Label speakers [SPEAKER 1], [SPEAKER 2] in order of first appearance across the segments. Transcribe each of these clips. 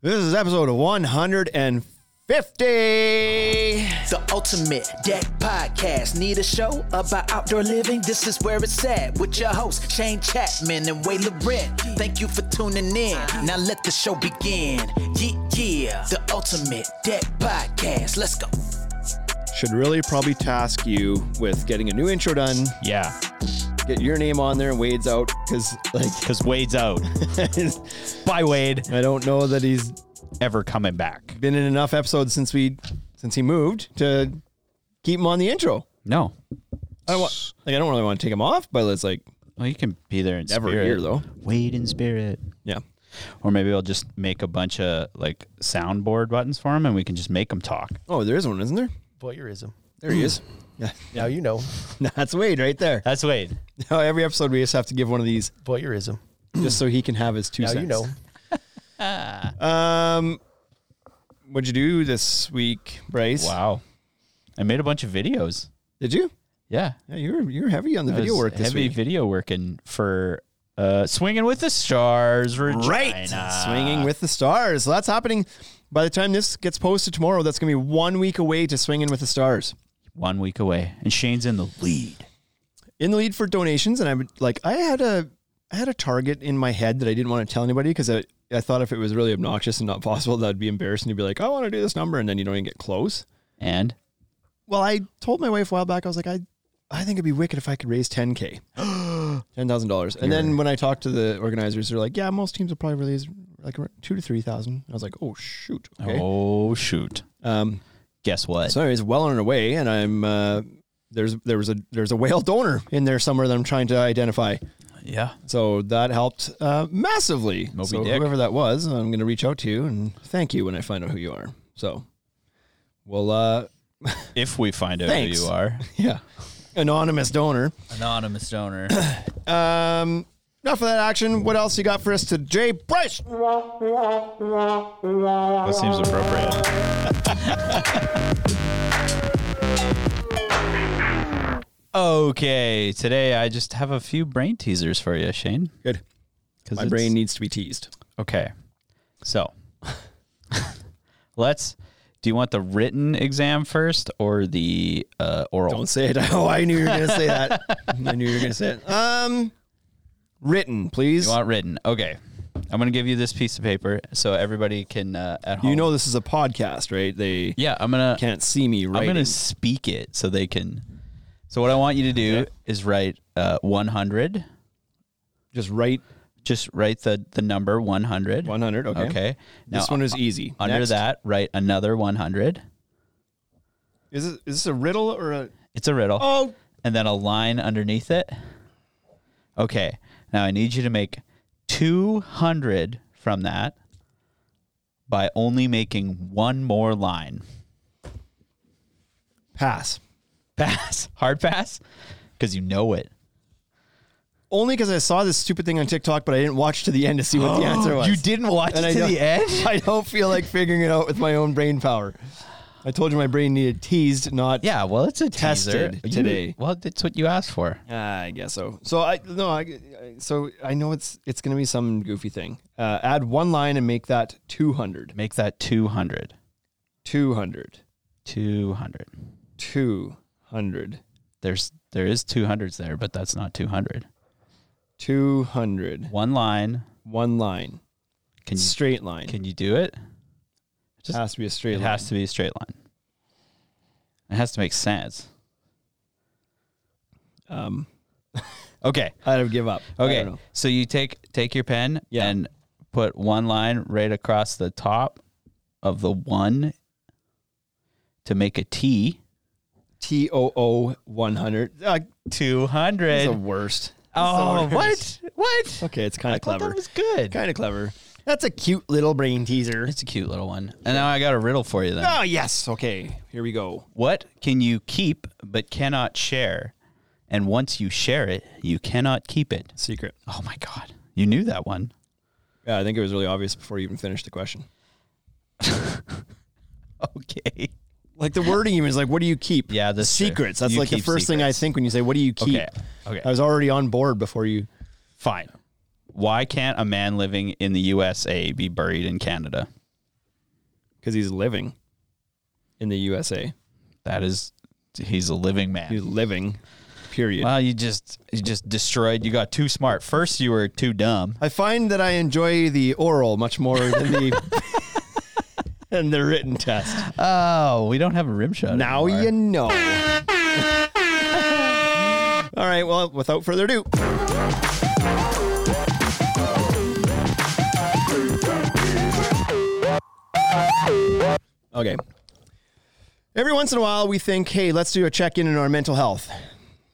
[SPEAKER 1] This is episode 150.
[SPEAKER 2] The Ultimate Deck Podcast. Need a show about outdoor living? This is where it's at with your hosts, Shane Chapman and Way Laurent. Thank you for tuning in. Now let the show begin. Yeah, yeah. The Ultimate Deck Podcast. Let's go.
[SPEAKER 1] Should really probably task you with getting a new intro done,
[SPEAKER 3] Yeah,
[SPEAKER 1] get your name on there, and Wade's out because like
[SPEAKER 3] because Wade's out. Bye, Wade.
[SPEAKER 1] I don't know that he's
[SPEAKER 3] Ever coming back?
[SPEAKER 1] been in enough episodes since we since he moved to keep him on the intro.
[SPEAKER 3] No.
[SPEAKER 1] I don't want like I don't really want to take him off, but it's like
[SPEAKER 3] Well, you can be there in
[SPEAKER 1] Never
[SPEAKER 3] spirit.
[SPEAKER 1] here, though.
[SPEAKER 3] Wade in spirit.
[SPEAKER 1] yeah.
[SPEAKER 3] Or maybe I'll just make a bunch of like soundboard buttons for him, and we can just make him talk.
[SPEAKER 1] Oh, there is one, isn't there?
[SPEAKER 4] Voyeurism.
[SPEAKER 1] There he is. Yeah,
[SPEAKER 4] Now you know
[SPEAKER 1] that's Wade right there.
[SPEAKER 3] That's Wade.
[SPEAKER 1] Now every episode we just have to give one of these
[SPEAKER 4] voyeurism.
[SPEAKER 1] just so he can have his two
[SPEAKER 4] Now
[SPEAKER 1] cents.
[SPEAKER 4] you know.
[SPEAKER 1] Um, what'd you do this week, Bryce?
[SPEAKER 3] Wow. I made a bunch of videos.
[SPEAKER 1] Did you?
[SPEAKER 3] Yeah.
[SPEAKER 1] Yeah, you were you were heavy on the
[SPEAKER 3] I
[SPEAKER 1] video
[SPEAKER 3] was
[SPEAKER 1] work this
[SPEAKER 3] heavy
[SPEAKER 1] week.
[SPEAKER 3] video working for uh, swinging with the stars. Regina. Ah.
[SPEAKER 1] swinging with the stars. So that's happening. By the time this gets posted tomorrow, that's gonna be one week away to swinging with the stars.
[SPEAKER 3] One week away, and Shane's in the lead.
[SPEAKER 1] In the lead for donations, and I would like I had a I had a target in my head that I didn't want to tell anybody because I, I thought if it was really obnoxious and not possible, that'd be embarrassing to be like, I want to do this number, and then you don't even get close.
[SPEAKER 3] And
[SPEAKER 1] Well, I told my wife a while back, I was like, I, I think it'd be wicked if I could raise 10K, $10,000. And then when I talked to the organizers, they're like, yeah, most teams will probably raise like around two to 3,000. I was like, oh, shoot. Okay.
[SPEAKER 3] oh shoot,
[SPEAKER 1] Um,
[SPEAKER 3] guess what?
[SPEAKER 1] so anyways, well on our way. And I'm, uh, there's, there was a, there's a whale donor in there somewhere that I'm trying to identify.
[SPEAKER 3] yeah.
[SPEAKER 1] So that helped, uh, massively.
[SPEAKER 3] Moby
[SPEAKER 1] so
[SPEAKER 3] Dick.
[SPEAKER 1] whoever that was, I'm going to reach out to you and thank you when I find out who you are. So well, uh,
[SPEAKER 3] If we find out
[SPEAKER 1] Thanks.
[SPEAKER 3] who you are,
[SPEAKER 1] yeah, anonymous donor.
[SPEAKER 3] anonymous donor.
[SPEAKER 1] Um, enough of that action. What else you got for us today, Bryce?
[SPEAKER 3] That seems appropriate. okay, today I just have a few brain teasers for you, Shane.
[SPEAKER 1] Good.
[SPEAKER 3] 'cause
[SPEAKER 1] My
[SPEAKER 3] it's-
[SPEAKER 1] brain needs to be teased.
[SPEAKER 3] Okay, so let's. Do you want the written exam first or the uh, oral?
[SPEAKER 1] Don't say it. Oh, I knew you were going to say that. I knew you were going to say it. Um, written, please.
[SPEAKER 3] You want written? Okay, I'm gonna give you this piece of paper so everybody can uh, at home.
[SPEAKER 1] You know this is a podcast, right? They
[SPEAKER 3] yeah, I'm gonna.
[SPEAKER 1] can't see me
[SPEAKER 3] I'm
[SPEAKER 1] right.
[SPEAKER 3] going to speak it so they can. So what I want you to do is write uh, 100.
[SPEAKER 1] just write
[SPEAKER 3] Just write the the number 100.
[SPEAKER 1] 100. Okay.
[SPEAKER 3] Okay. Now
[SPEAKER 1] this one is easy.
[SPEAKER 3] under
[SPEAKER 1] Next.
[SPEAKER 3] that, write another 100.
[SPEAKER 1] is this, is this a riddle or a?
[SPEAKER 3] It's a riddle.
[SPEAKER 1] Oh,
[SPEAKER 3] And then a line underneath it. Okay. Now I need you to make 200 from that by only making one more line.
[SPEAKER 1] pass.
[SPEAKER 3] Pass. Hard pass cuz you know it.
[SPEAKER 1] Only because I saw this stupid thing on TikTok, but I didn't watch to the end to see what the answer was.
[SPEAKER 3] You didn't watch
[SPEAKER 1] And
[SPEAKER 3] it
[SPEAKER 1] I
[SPEAKER 3] to
[SPEAKER 1] don't-
[SPEAKER 3] the end?
[SPEAKER 1] I don't feel like figuring it out with my own brain power. I told you my brain needed teased, not.
[SPEAKER 3] Yeah, well, it's a
[SPEAKER 1] Tested
[SPEAKER 3] teaser. You-
[SPEAKER 1] today.
[SPEAKER 3] well, that's what you asked for.
[SPEAKER 1] Ah, I guess so. So I no. I, I- so I know it's it's gonna be some goofy thing. Uh, add one line and make that 200.
[SPEAKER 3] Make that 200.
[SPEAKER 1] 200.
[SPEAKER 3] 200.
[SPEAKER 1] 200.
[SPEAKER 3] There's there is 200s there, but that's not 200.
[SPEAKER 1] 200.
[SPEAKER 3] One line.
[SPEAKER 1] One line.
[SPEAKER 3] Can you
[SPEAKER 1] Straight line.
[SPEAKER 3] can you do it?
[SPEAKER 1] it has to be a straight
[SPEAKER 3] It
[SPEAKER 1] line.
[SPEAKER 3] has to be a straight line. It has to make sense.
[SPEAKER 1] um,
[SPEAKER 3] Okay.
[SPEAKER 1] I don't give up. I
[SPEAKER 3] Okay.
[SPEAKER 1] don't know.
[SPEAKER 3] So you take take your pen
[SPEAKER 1] Yeah.
[SPEAKER 3] and put one line right across the top of the one to make a T.
[SPEAKER 1] T O O 100. Uh, it's
[SPEAKER 3] 200.
[SPEAKER 1] the worst.
[SPEAKER 3] oh,
[SPEAKER 1] It's the worst.
[SPEAKER 3] what? What?
[SPEAKER 1] Okay, it's kind of
[SPEAKER 3] Well,
[SPEAKER 1] clever.
[SPEAKER 3] that was good.
[SPEAKER 1] Kind of clever. That's a cute little brain teaser.
[SPEAKER 3] It's a cute little one. And now I got a riddle for you then.
[SPEAKER 1] Oh, yes. Okay, here we go.
[SPEAKER 3] What can you keep but cannot share? And once you share it, you cannot keep it.
[SPEAKER 1] Secret.
[SPEAKER 3] Oh my God. You knew that one.
[SPEAKER 1] Yeah, I think it was really obvious before you even finished the question.
[SPEAKER 3] Okay.
[SPEAKER 1] Like the wording even is like, what do you keep?
[SPEAKER 3] Yeah, that's true.
[SPEAKER 1] secrets. That's
[SPEAKER 3] You
[SPEAKER 1] like the
[SPEAKER 3] keep
[SPEAKER 1] first thing I
[SPEAKER 3] secrets.
[SPEAKER 1] think when you say, what do you keep?
[SPEAKER 3] Okay. Okay.
[SPEAKER 1] I was already on board before you.
[SPEAKER 3] Fine. Why can't a man living in the USA be buried in Canada?
[SPEAKER 1] because he's living in the USA.
[SPEAKER 3] That is, he's a living man.
[SPEAKER 1] He's living, period.
[SPEAKER 3] Well, you just you just destroyed. You got too smart. First, you were too dumb.
[SPEAKER 1] I find that I enjoy the oral much more than the than the written test.
[SPEAKER 3] Oh, we don't have a rim shot.
[SPEAKER 1] Now
[SPEAKER 3] anymore.
[SPEAKER 1] you know. All right, well, without further ado. Okay. Every once in a while, we think, hey, let's do a check in on our mental health.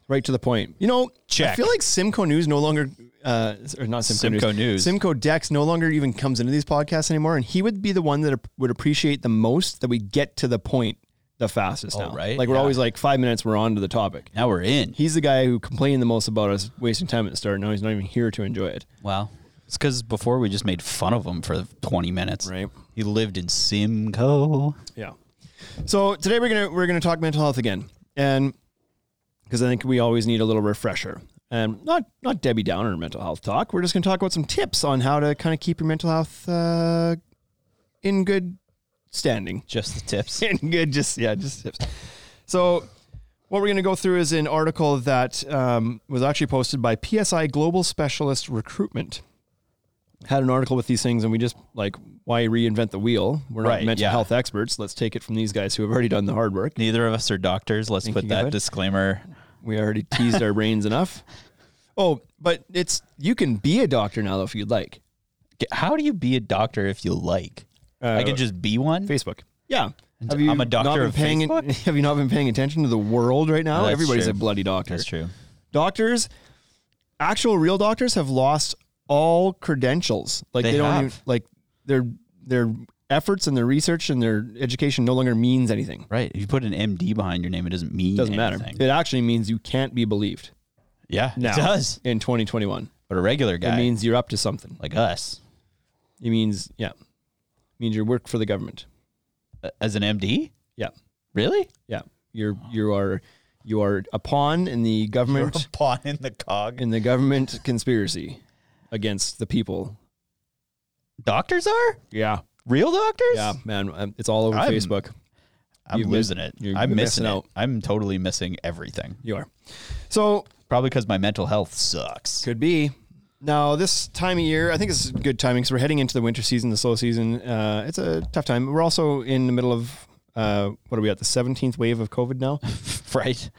[SPEAKER 1] Right to the point. You know, I
[SPEAKER 3] Check.
[SPEAKER 1] feel like Simco News no longer, uh, or not Simco,
[SPEAKER 3] Simco News.
[SPEAKER 1] Simco Dex no longer even comes into these podcasts anymore. And he would be the one that ap- would appreciate the most that we get to the point the fastest
[SPEAKER 3] Oh,
[SPEAKER 1] now.
[SPEAKER 3] right?
[SPEAKER 1] Like we're
[SPEAKER 3] Yeah.
[SPEAKER 1] always like five minutes, we're on to the topic.
[SPEAKER 3] now we're in.
[SPEAKER 1] He's the guy who complained the most about us wasting time at the start. Now he's not even here to enjoy it.
[SPEAKER 3] Wow. It's because before we just made fun of him for 20 minutes.
[SPEAKER 1] Right.
[SPEAKER 3] He lived in Simcoe.
[SPEAKER 1] Yeah. So today we're gonna we're gonna talk mental health again, and because I think we always need a little refresher, and not not Debbie Downer mental health talk. We're just gonna talk about some tips on how to kind of keep your mental health uh, in good standing.
[SPEAKER 3] Just the tips.
[SPEAKER 1] and good just yeah just tips so what we're going to go through is an article that um, was actually posted by psi global specialist recruitment had an article with these things and we just like why reinvent the wheel we're not
[SPEAKER 3] Right,
[SPEAKER 1] mental
[SPEAKER 3] yeah.
[SPEAKER 1] health experts let's take it from these guys who have already done the hard work
[SPEAKER 3] Neither of us are doctors. Let's
[SPEAKER 1] you,
[SPEAKER 3] put that
[SPEAKER 1] Gavin.
[SPEAKER 3] disclaimer.
[SPEAKER 1] we already teased our brains enough oh but it's you can be a doctor now though if you'd like
[SPEAKER 3] G- How do you be a doctor if you like? I can just be one.
[SPEAKER 1] Uh, facebook yeah
[SPEAKER 3] I'm a doctor
[SPEAKER 1] not been
[SPEAKER 3] of
[SPEAKER 1] paying
[SPEAKER 3] Facebook?
[SPEAKER 1] have you not been paying attention to the world right now
[SPEAKER 3] that's
[SPEAKER 1] everybody's
[SPEAKER 3] true.
[SPEAKER 1] a bloody doctor
[SPEAKER 3] That's true.
[SPEAKER 1] doctors, actual real doctors have lost all credentials. Like they,
[SPEAKER 3] They
[SPEAKER 1] don't
[SPEAKER 3] have.
[SPEAKER 1] even, like their their efforts and their research and their education no longer means anything.
[SPEAKER 3] Right. If you put an MD behind your name, it doesn't mean
[SPEAKER 1] Doesn't
[SPEAKER 3] anything.
[SPEAKER 1] matter. It actually means you can't be believed.
[SPEAKER 3] Yeah,
[SPEAKER 1] Now,
[SPEAKER 3] it does.
[SPEAKER 1] in 2021.
[SPEAKER 3] But a regular guy
[SPEAKER 1] It means you're up to something.
[SPEAKER 3] like us,
[SPEAKER 1] It means yeah. It means you work for the government.
[SPEAKER 3] uh, as an MD,
[SPEAKER 1] Yeah.
[SPEAKER 3] really?
[SPEAKER 1] Yeah. You're you are you are a pawn in the government
[SPEAKER 3] pawn in the cog.
[SPEAKER 1] in the government conspiracy against the people.
[SPEAKER 3] Doctors are
[SPEAKER 1] Yeah.
[SPEAKER 3] real doctors.
[SPEAKER 1] Yeah, man, um, it's all over
[SPEAKER 3] I'm-
[SPEAKER 1] Facebook.
[SPEAKER 3] I'm
[SPEAKER 1] You've missed-
[SPEAKER 3] losing it.
[SPEAKER 1] you're
[SPEAKER 3] I'm
[SPEAKER 1] missing
[SPEAKER 3] missing
[SPEAKER 1] out.
[SPEAKER 3] out. I'm totally missing everything.
[SPEAKER 1] You are. So
[SPEAKER 3] Probably because my mental health sucks.
[SPEAKER 1] could be. Now this time of year, I think it's good timing because we're heading into the winter season, the slow season. Uh, it's a tough time. We're also in the middle of uh, what are we at the seventeenth wave of COVID now,
[SPEAKER 3] right.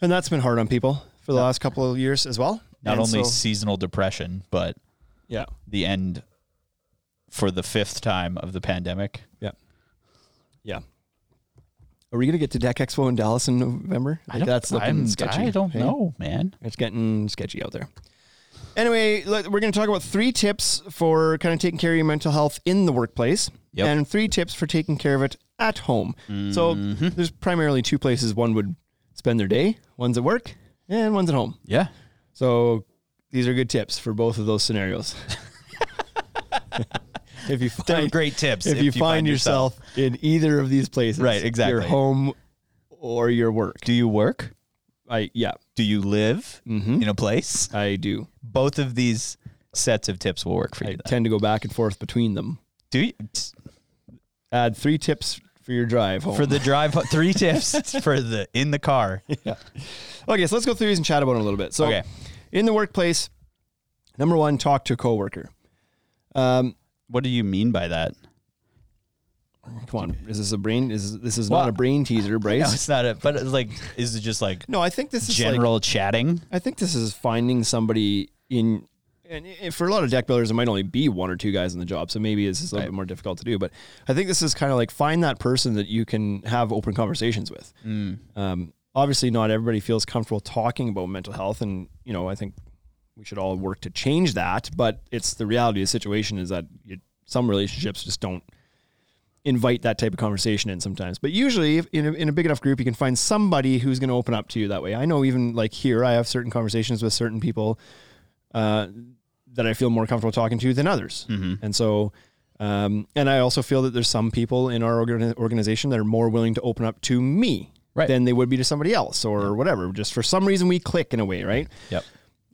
[SPEAKER 1] and that's been hard on people for the last couple of years as well.
[SPEAKER 3] Not
[SPEAKER 1] And
[SPEAKER 3] only
[SPEAKER 1] so-
[SPEAKER 3] seasonal depression, but
[SPEAKER 1] yeah,
[SPEAKER 3] the end for the fifth time of the pandemic.
[SPEAKER 1] yeah, yeah. Are we gonna get to Deck Expo in Dallas in November? Like,
[SPEAKER 3] I don't- I'm- I don't
[SPEAKER 1] hey?
[SPEAKER 3] know, man.
[SPEAKER 1] It's getting sketchy out there. Anyway, let- we're going to talk about three tips for kind of taking care of your mental health in the workplace
[SPEAKER 3] Yep.
[SPEAKER 1] and three tips for taking care of it at home. So
[SPEAKER 3] Mm-hmm.
[SPEAKER 1] there's primarily two places one would spend their day one's at work and one's at home.
[SPEAKER 3] Yeah.
[SPEAKER 1] So these are good tips for both of those scenarios. if you
[SPEAKER 3] They're
[SPEAKER 1] find,
[SPEAKER 3] great tips.
[SPEAKER 1] if you find yourself in either of these places,
[SPEAKER 3] Right, exactly.
[SPEAKER 1] your home or your work.
[SPEAKER 3] Do you work?
[SPEAKER 1] I yeah,
[SPEAKER 3] Do you live in a place?
[SPEAKER 1] I do.
[SPEAKER 3] Both of these sets of tips will work for
[SPEAKER 1] I
[SPEAKER 3] you. then.
[SPEAKER 1] tend to go back and forth between them.
[SPEAKER 3] Do you,
[SPEAKER 1] add three tips for your drive home.
[SPEAKER 3] for the drive three tips for the in the car.
[SPEAKER 1] okay, so let's go through these and chat about them a little bit. So,
[SPEAKER 3] Okay.
[SPEAKER 1] in the workplace, number one, talk to a coworker. Um,
[SPEAKER 3] What do you mean by that?
[SPEAKER 1] come on, is this a brain? Is this is
[SPEAKER 3] Well,
[SPEAKER 1] not a brain teaser,
[SPEAKER 3] No,
[SPEAKER 1] Bryce?
[SPEAKER 3] it's not it. But it's like, is it just like
[SPEAKER 1] No, I think this is
[SPEAKER 3] general chatting?
[SPEAKER 1] Like, I think this is finding somebody in. And i- for a lot of deck builders, it might only be one or two guys in the job, so maybe this is a little bit more difficult to do. But I think this is kind of like find that person that you can have open conversations with. Um, obviously, not everybody feels comfortable talking about mental health, and you know, I think we should all work to change that. But it's the reality of the situation is that you, some relationships just don't invite that type of conversation in sometimes. But usually, if, in a, in a big enough group, you can find somebody who's going to open up to you that way. I know even like here, I have certain conversations with certain people uh, that I feel more comfortable talking to than others,
[SPEAKER 3] Mm-hmm.
[SPEAKER 1] and so. Um, and I also feel that there's some people in our organ- organization that are more willing to open up to me
[SPEAKER 3] Right.
[SPEAKER 1] than they would be to somebody else or whatever. Just for some reason, we click in a way, right?
[SPEAKER 3] Yep.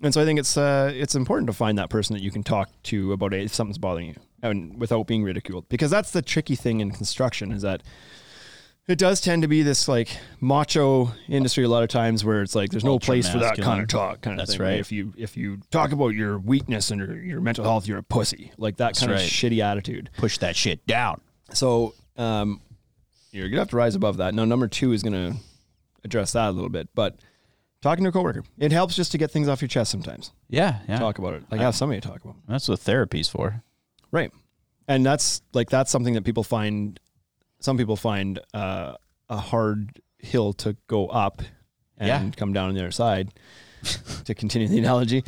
[SPEAKER 1] And so I think it's uh, it's important to find that person that you can talk to about it if something's bothering you at and without being ridiculed because that's the tricky thing in construction is that it does tend to be this like macho industry a lot of times where it's like there's no place for that kind
[SPEAKER 3] Ultra-masculine.
[SPEAKER 1] of talk kind of
[SPEAKER 3] That's
[SPEAKER 1] thing
[SPEAKER 3] right.
[SPEAKER 1] if you if you talk about your weakness and your, your mental health you're a pussy like that kind
[SPEAKER 3] right.
[SPEAKER 1] of shitty attitude
[SPEAKER 3] Push that shit down.
[SPEAKER 1] so um, you're gonna have to rise above that. Now, number two is gonna address that a little bit, but talking to a coworker, it helps just to get things off your chest sometimes.
[SPEAKER 3] Yeah, yeah.
[SPEAKER 1] Talk about it, like have somebody to talk about,
[SPEAKER 3] That's what therapy's for.
[SPEAKER 1] right? And that's like that's something that people find, some people find uh, a hard hill to go up and
[SPEAKER 3] Yeah.
[SPEAKER 1] come down on the other side. to continue the analogy,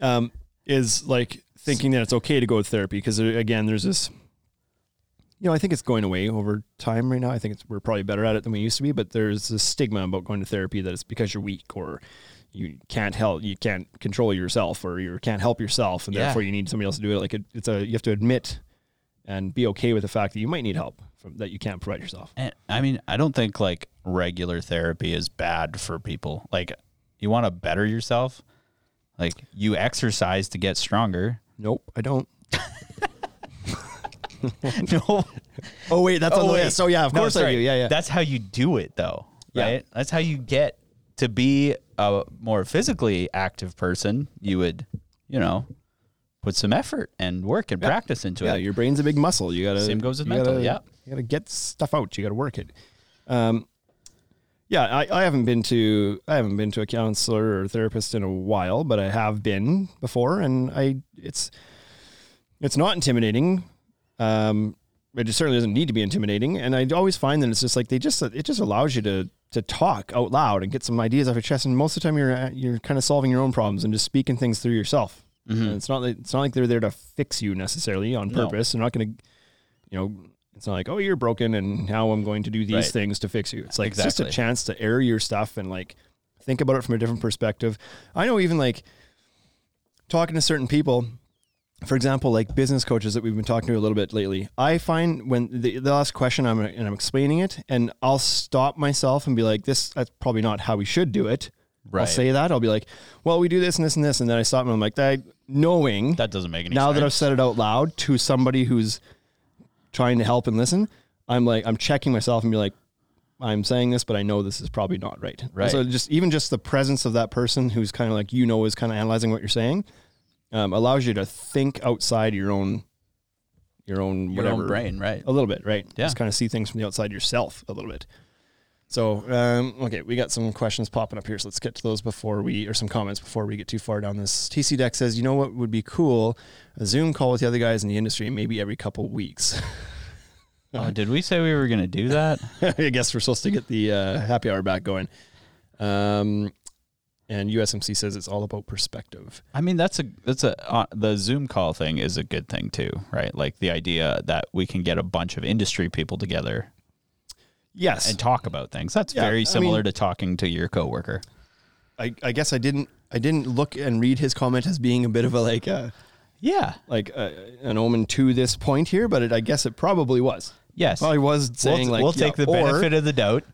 [SPEAKER 1] um, is like thinking that it's okay to go to therapy because again, there's this you know, I think it's going away over time right now. I think it's, we're probably better at it than we used to be, but there's this stigma about going to therapy that it's because you're weak or you can't help, you can't control yourself or you can't help yourself, and
[SPEAKER 3] Yeah.
[SPEAKER 1] therefore you need somebody else to do it. Like it, it's a you have to admit and be okay with the fact that you might need help from that you can't provide yourself.
[SPEAKER 3] And I mean, I don't think like regular therapy is bad for people. Like, you want to better yourself. Like, you exercise to get stronger.
[SPEAKER 1] Nope, I don't.
[SPEAKER 3] no,
[SPEAKER 1] Oh wait, that's on the
[SPEAKER 3] wait.
[SPEAKER 1] list. Oh yeah, of
[SPEAKER 3] No,
[SPEAKER 1] course I
[SPEAKER 3] sorry.
[SPEAKER 1] do. Yeah, yeah.
[SPEAKER 3] That's how you do it, though,
[SPEAKER 1] Yeah.
[SPEAKER 3] right? That's how you get to be a more physically active person. You would, you know, put some effort and work and practice into
[SPEAKER 1] yeah,
[SPEAKER 3] it.
[SPEAKER 1] your brain's a big muscle. You gotta
[SPEAKER 3] Same goes with
[SPEAKER 1] you
[SPEAKER 3] mental,
[SPEAKER 1] gotta-
[SPEAKER 3] yeah.
[SPEAKER 1] you gotta get stuff out. You gotta work it. Um, yeah, I, I haven't been to I haven't been to a counselor or therapist in a while, but I have been before, and I it's it's not intimidating. Um, it just certainly doesn't need to be intimidating, and I always find that it's just like they just it just allows you to to talk out loud and get some ideas off your chest. And most of the time, you're you're kind of solving your own problems and just speaking things through yourself.
[SPEAKER 3] Mm-hmm.
[SPEAKER 1] And it's not like, it's not like they're there to fix you necessarily on purpose. They're not going to, you know, it's not like oh you're broken and now I'm going to do these
[SPEAKER 3] Right.
[SPEAKER 1] things to fix you. It's like it's just a
[SPEAKER 3] Exactly.
[SPEAKER 1] chance to air your stuff and like think about it from a different perspective. I know even like talking to certain people, for example, like business coaches that we've been talking to a little bit lately, I find when the, the last question I'm and I'm explaining it, and I'll stop myself and be like, "This that's probably not how we should do it." I'll
[SPEAKER 3] Right.
[SPEAKER 1] say that I'll be like, "Well, we do this and this and this," and then I stop and I'm like, "That knowing
[SPEAKER 3] That doesn't make any
[SPEAKER 1] now
[SPEAKER 3] sense.
[SPEAKER 1] that I've said it out loud to somebody who's trying to help and listen, I'm like I'm checking myself and be like, I'm saying this, but I know this is probably not right. And
[SPEAKER 3] Right.
[SPEAKER 1] So just even just the presence of that person who's kind of like you know is kind of analyzing what you're saying, um, allows you to think outside your own, your own
[SPEAKER 3] your
[SPEAKER 1] whatever
[SPEAKER 3] own brain, right?
[SPEAKER 1] a little bit, right?
[SPEAKER 3] Yeah.
[SPEAKER 1] Just kind of see things from the outside yourself a little bit. So, um, okay, we got some questions popping up here. So let's get to those before we, or some comments before we get too far down this. TC Deck says, you know what would be cool? A Zoom call with the other guys in the industry, maybe every couple weeks.
[SPEAKER 3] Oh, did we say we were going to do that?
[SPEAKER 1] I guess we're supposed to get the uh, happy hour back going. Um, and USMC says it's all about perspective.
[SPEAKER 3] I mean, that's a that's a uh, the Zoom call thing is a good thing too, right? Like the idea that we can get a bunch of industry people together
[SPEAKER 1] Yes.
[SPEAKER 3] and talk about things. That's
[SPEAKER 1] Yeah, I
[SPEAKER 3] very similar
[SPEAKER 1] mean-
[SPEAKER 3] to talking to your coworker.
[SPEAKER 1] I, I guess I didn't, I didn't look and read his comment as being a bit of a like, uh,
[SPEAKER 3] Yeah.
[SPEAKER 1] like uh, an omen to this point here, but it, I guess it probably was.
[SPEAKER 3] Yes.
[SPEAKER 1] Probably was saying
[SPEAKER 3] we'll,
[SPEAKER 1] like
[SPEAKER 3] we'll take
[SPEAKER 1] yeah,
[SPEAKER 3] the
[SPEAKER 1] or,
[SPEAKER 3] benefit of the doubt.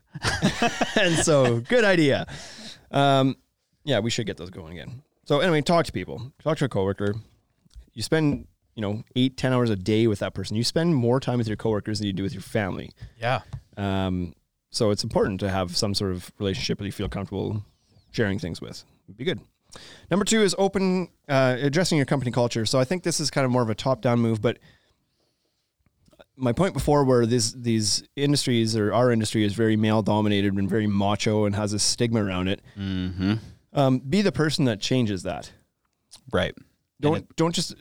[SPEAKER 1] and so good idea. Um, yeah, we should get those going again. So anyway, talk to people, talk to a coworker. You spend you know eight ten hours a day with that person. You spend more time with your coworkers than you do with your family.
[SPEAKER 3] Yeah.
[SPEAKER 1] Um, so it's important to have some sort of relationship that you feel comfortable sharing things with. It'd be good. Number two is open uh, addressing your company culture. So I think this is kind of more of a top-down move, but my point before where these these industries or our industry is very male dominated and very macho and has a stigma around it. Mm-hmm. Um, be the person that changes that.
[SPEAKER 3] Right.
[SPEAKER 1] Don't don't just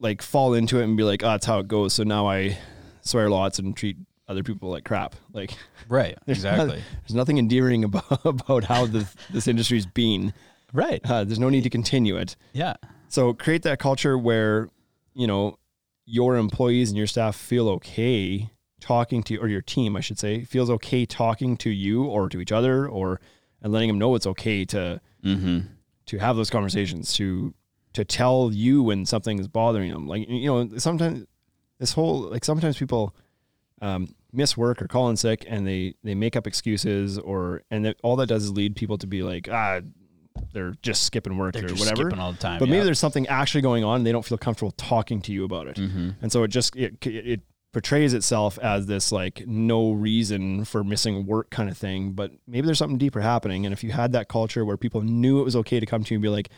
[SPEAKER 1] like fall into it and be like, oh, that's how it goes. So now I swear lots and treat other people like crap. Like
[SPEAKER 3] Right. Exactly.
[SPEAKER 1] there's nothing endearing about, about how this, this industry's been.
[SPEAKER 3] right.
[SPEAKER 1] Uh, there's no need to continue it.
[SPEAKER 3] Yeah.
[SPEAKER 1] So create that culture where, you know, your employees and your staff feel okay talking to you, or your team, I should say, feels okay talking to you or to each other, or and letting them know it's okay to to have those conversations, to to tell you when something is bothering them. Like you know, sometimes this whole like sometimes people um, miss work or call in sick, and they they make up excuses, or and that all that does is lead people to be like, ah, they're just skipping work
[SPEAKER 3] They're
[SPEAKER 1] or
[SPEAKER 3] just
[SPEAKER 1] whatever.
[SPEAKER 3] skipping all the time,
[SPEAKER 1] But maybe
[SPEAKER 3] yeah.
[SPEAKER 1] there's something actually going on and they don't feel comfortable talking to you about it.
[SPEAKER 3] Mm-hmm.
[SPEAKER 1] And so it just it, it it portrays itself as this like no reason for missing work kind of thing, but maybe there's something deeper happening and if you had that culture where people knew it was okay to come to you and be like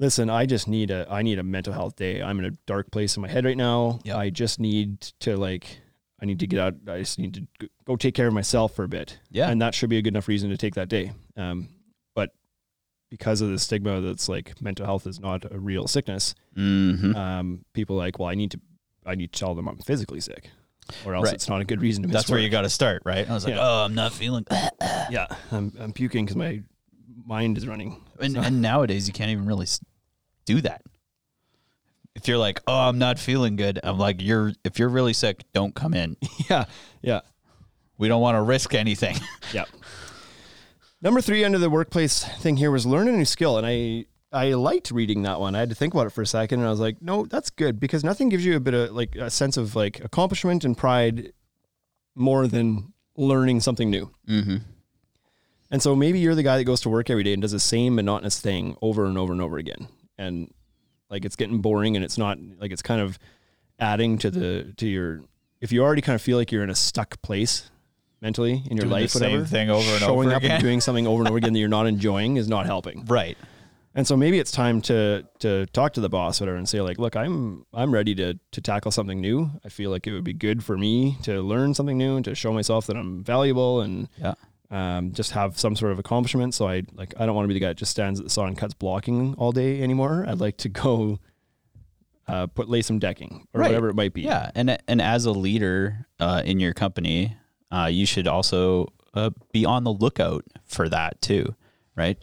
[SPEAKER 1] listen, I just need a I need a mental health day. I'm in a dark place in my head right now.
[SPEAKER 3] Yep.
[SPEAKER 1] I just need to like I need to get out. I just need to g- go take care of myself for a bit.
[SPEAKER 3] Yeah.
[SPEAKER 1] And that should be a good enough reason to take that day. Um, but because of the stigma that's like mental health is not a real sickness,
[SPEAKER 3] Mm-hmm.
[SPEAKER 1] um, people are like, well, I need to, I need to tell them I'm physically sick or else
[SPEAKER 3] Right.
[SPEAKER 1] it's not a good reason to miss
[SPEAKER 3] That's where you
[SPEAKER 1] work.
[SPEAKER 3] got to start, right? I was like,
[SPEAKER 1] Yeah.
[SPEAKER 3] oh, I'm not feeling.
[SPEAKER 1] Yeah. I'm, I'm puking because my mind is running.
[SPEAKER 3] And, and nowadays, you can't even really s- do that. If you're like, oh, I'm not feeling good, I'm like, you're if you're really sick, don't come in.
[SPEAKER 1] Yeah. Yeah.
[SPEAKER 3] We don't want to risk anything.
[SPEAKER 1] Yeah. Number three under the workplace thing here was learn a new skill, and I I liked reading that one. I had to think about it for a second, and I was like, no, that's good because nothing gives you a bit of like a sense of like accomplishment and pride more than learning something new.
[SPEAKER 3] Mm-hmm.
[SPEAKER 1] And so maybe you're the guy that goes to work every day and does the same monotonous thing over and over and over again, and like it's getting boring, and it's not like it's kind of adding to the to your if you already kind of feel like you're in a stuck place mentally in your
[SPEAKER 3] Doing the
[SPEAKER 1] life, whatever
[SPEAKER 3] same thing over and
[SPEAKER 1] showing
[SPEAKER 3] over
[SPEAKER 1] up
[SPEAKER 3] again.
[SPEAKER 1] and doing something over and over again that you're not enjoying is not helping.
[SPEAKER 3] right.
[SPEAKER 1] And so maybe it's time to to talk to the boss, whatever, and say like, look, I'm I'm ready to to tackle something new. I feel like it would be good for me to learn something new and to show myself that I'm valuable and
[SPEAKER 3] Yeah.
[SPEAKER 1] um, just have some sort of accomplishment. So I like I don't want to be the guy that just stands at the saw and cuts blocking all day anymore. I'd like to go uh, put lay some decking or
[SPEAKER 3] Right.
[SPEAKER 1] whatever it might be.
[SPEAKER 3] Yeah, and and as a leader uh, in your company, uh, you should also uh, be on the lookout for that too, right?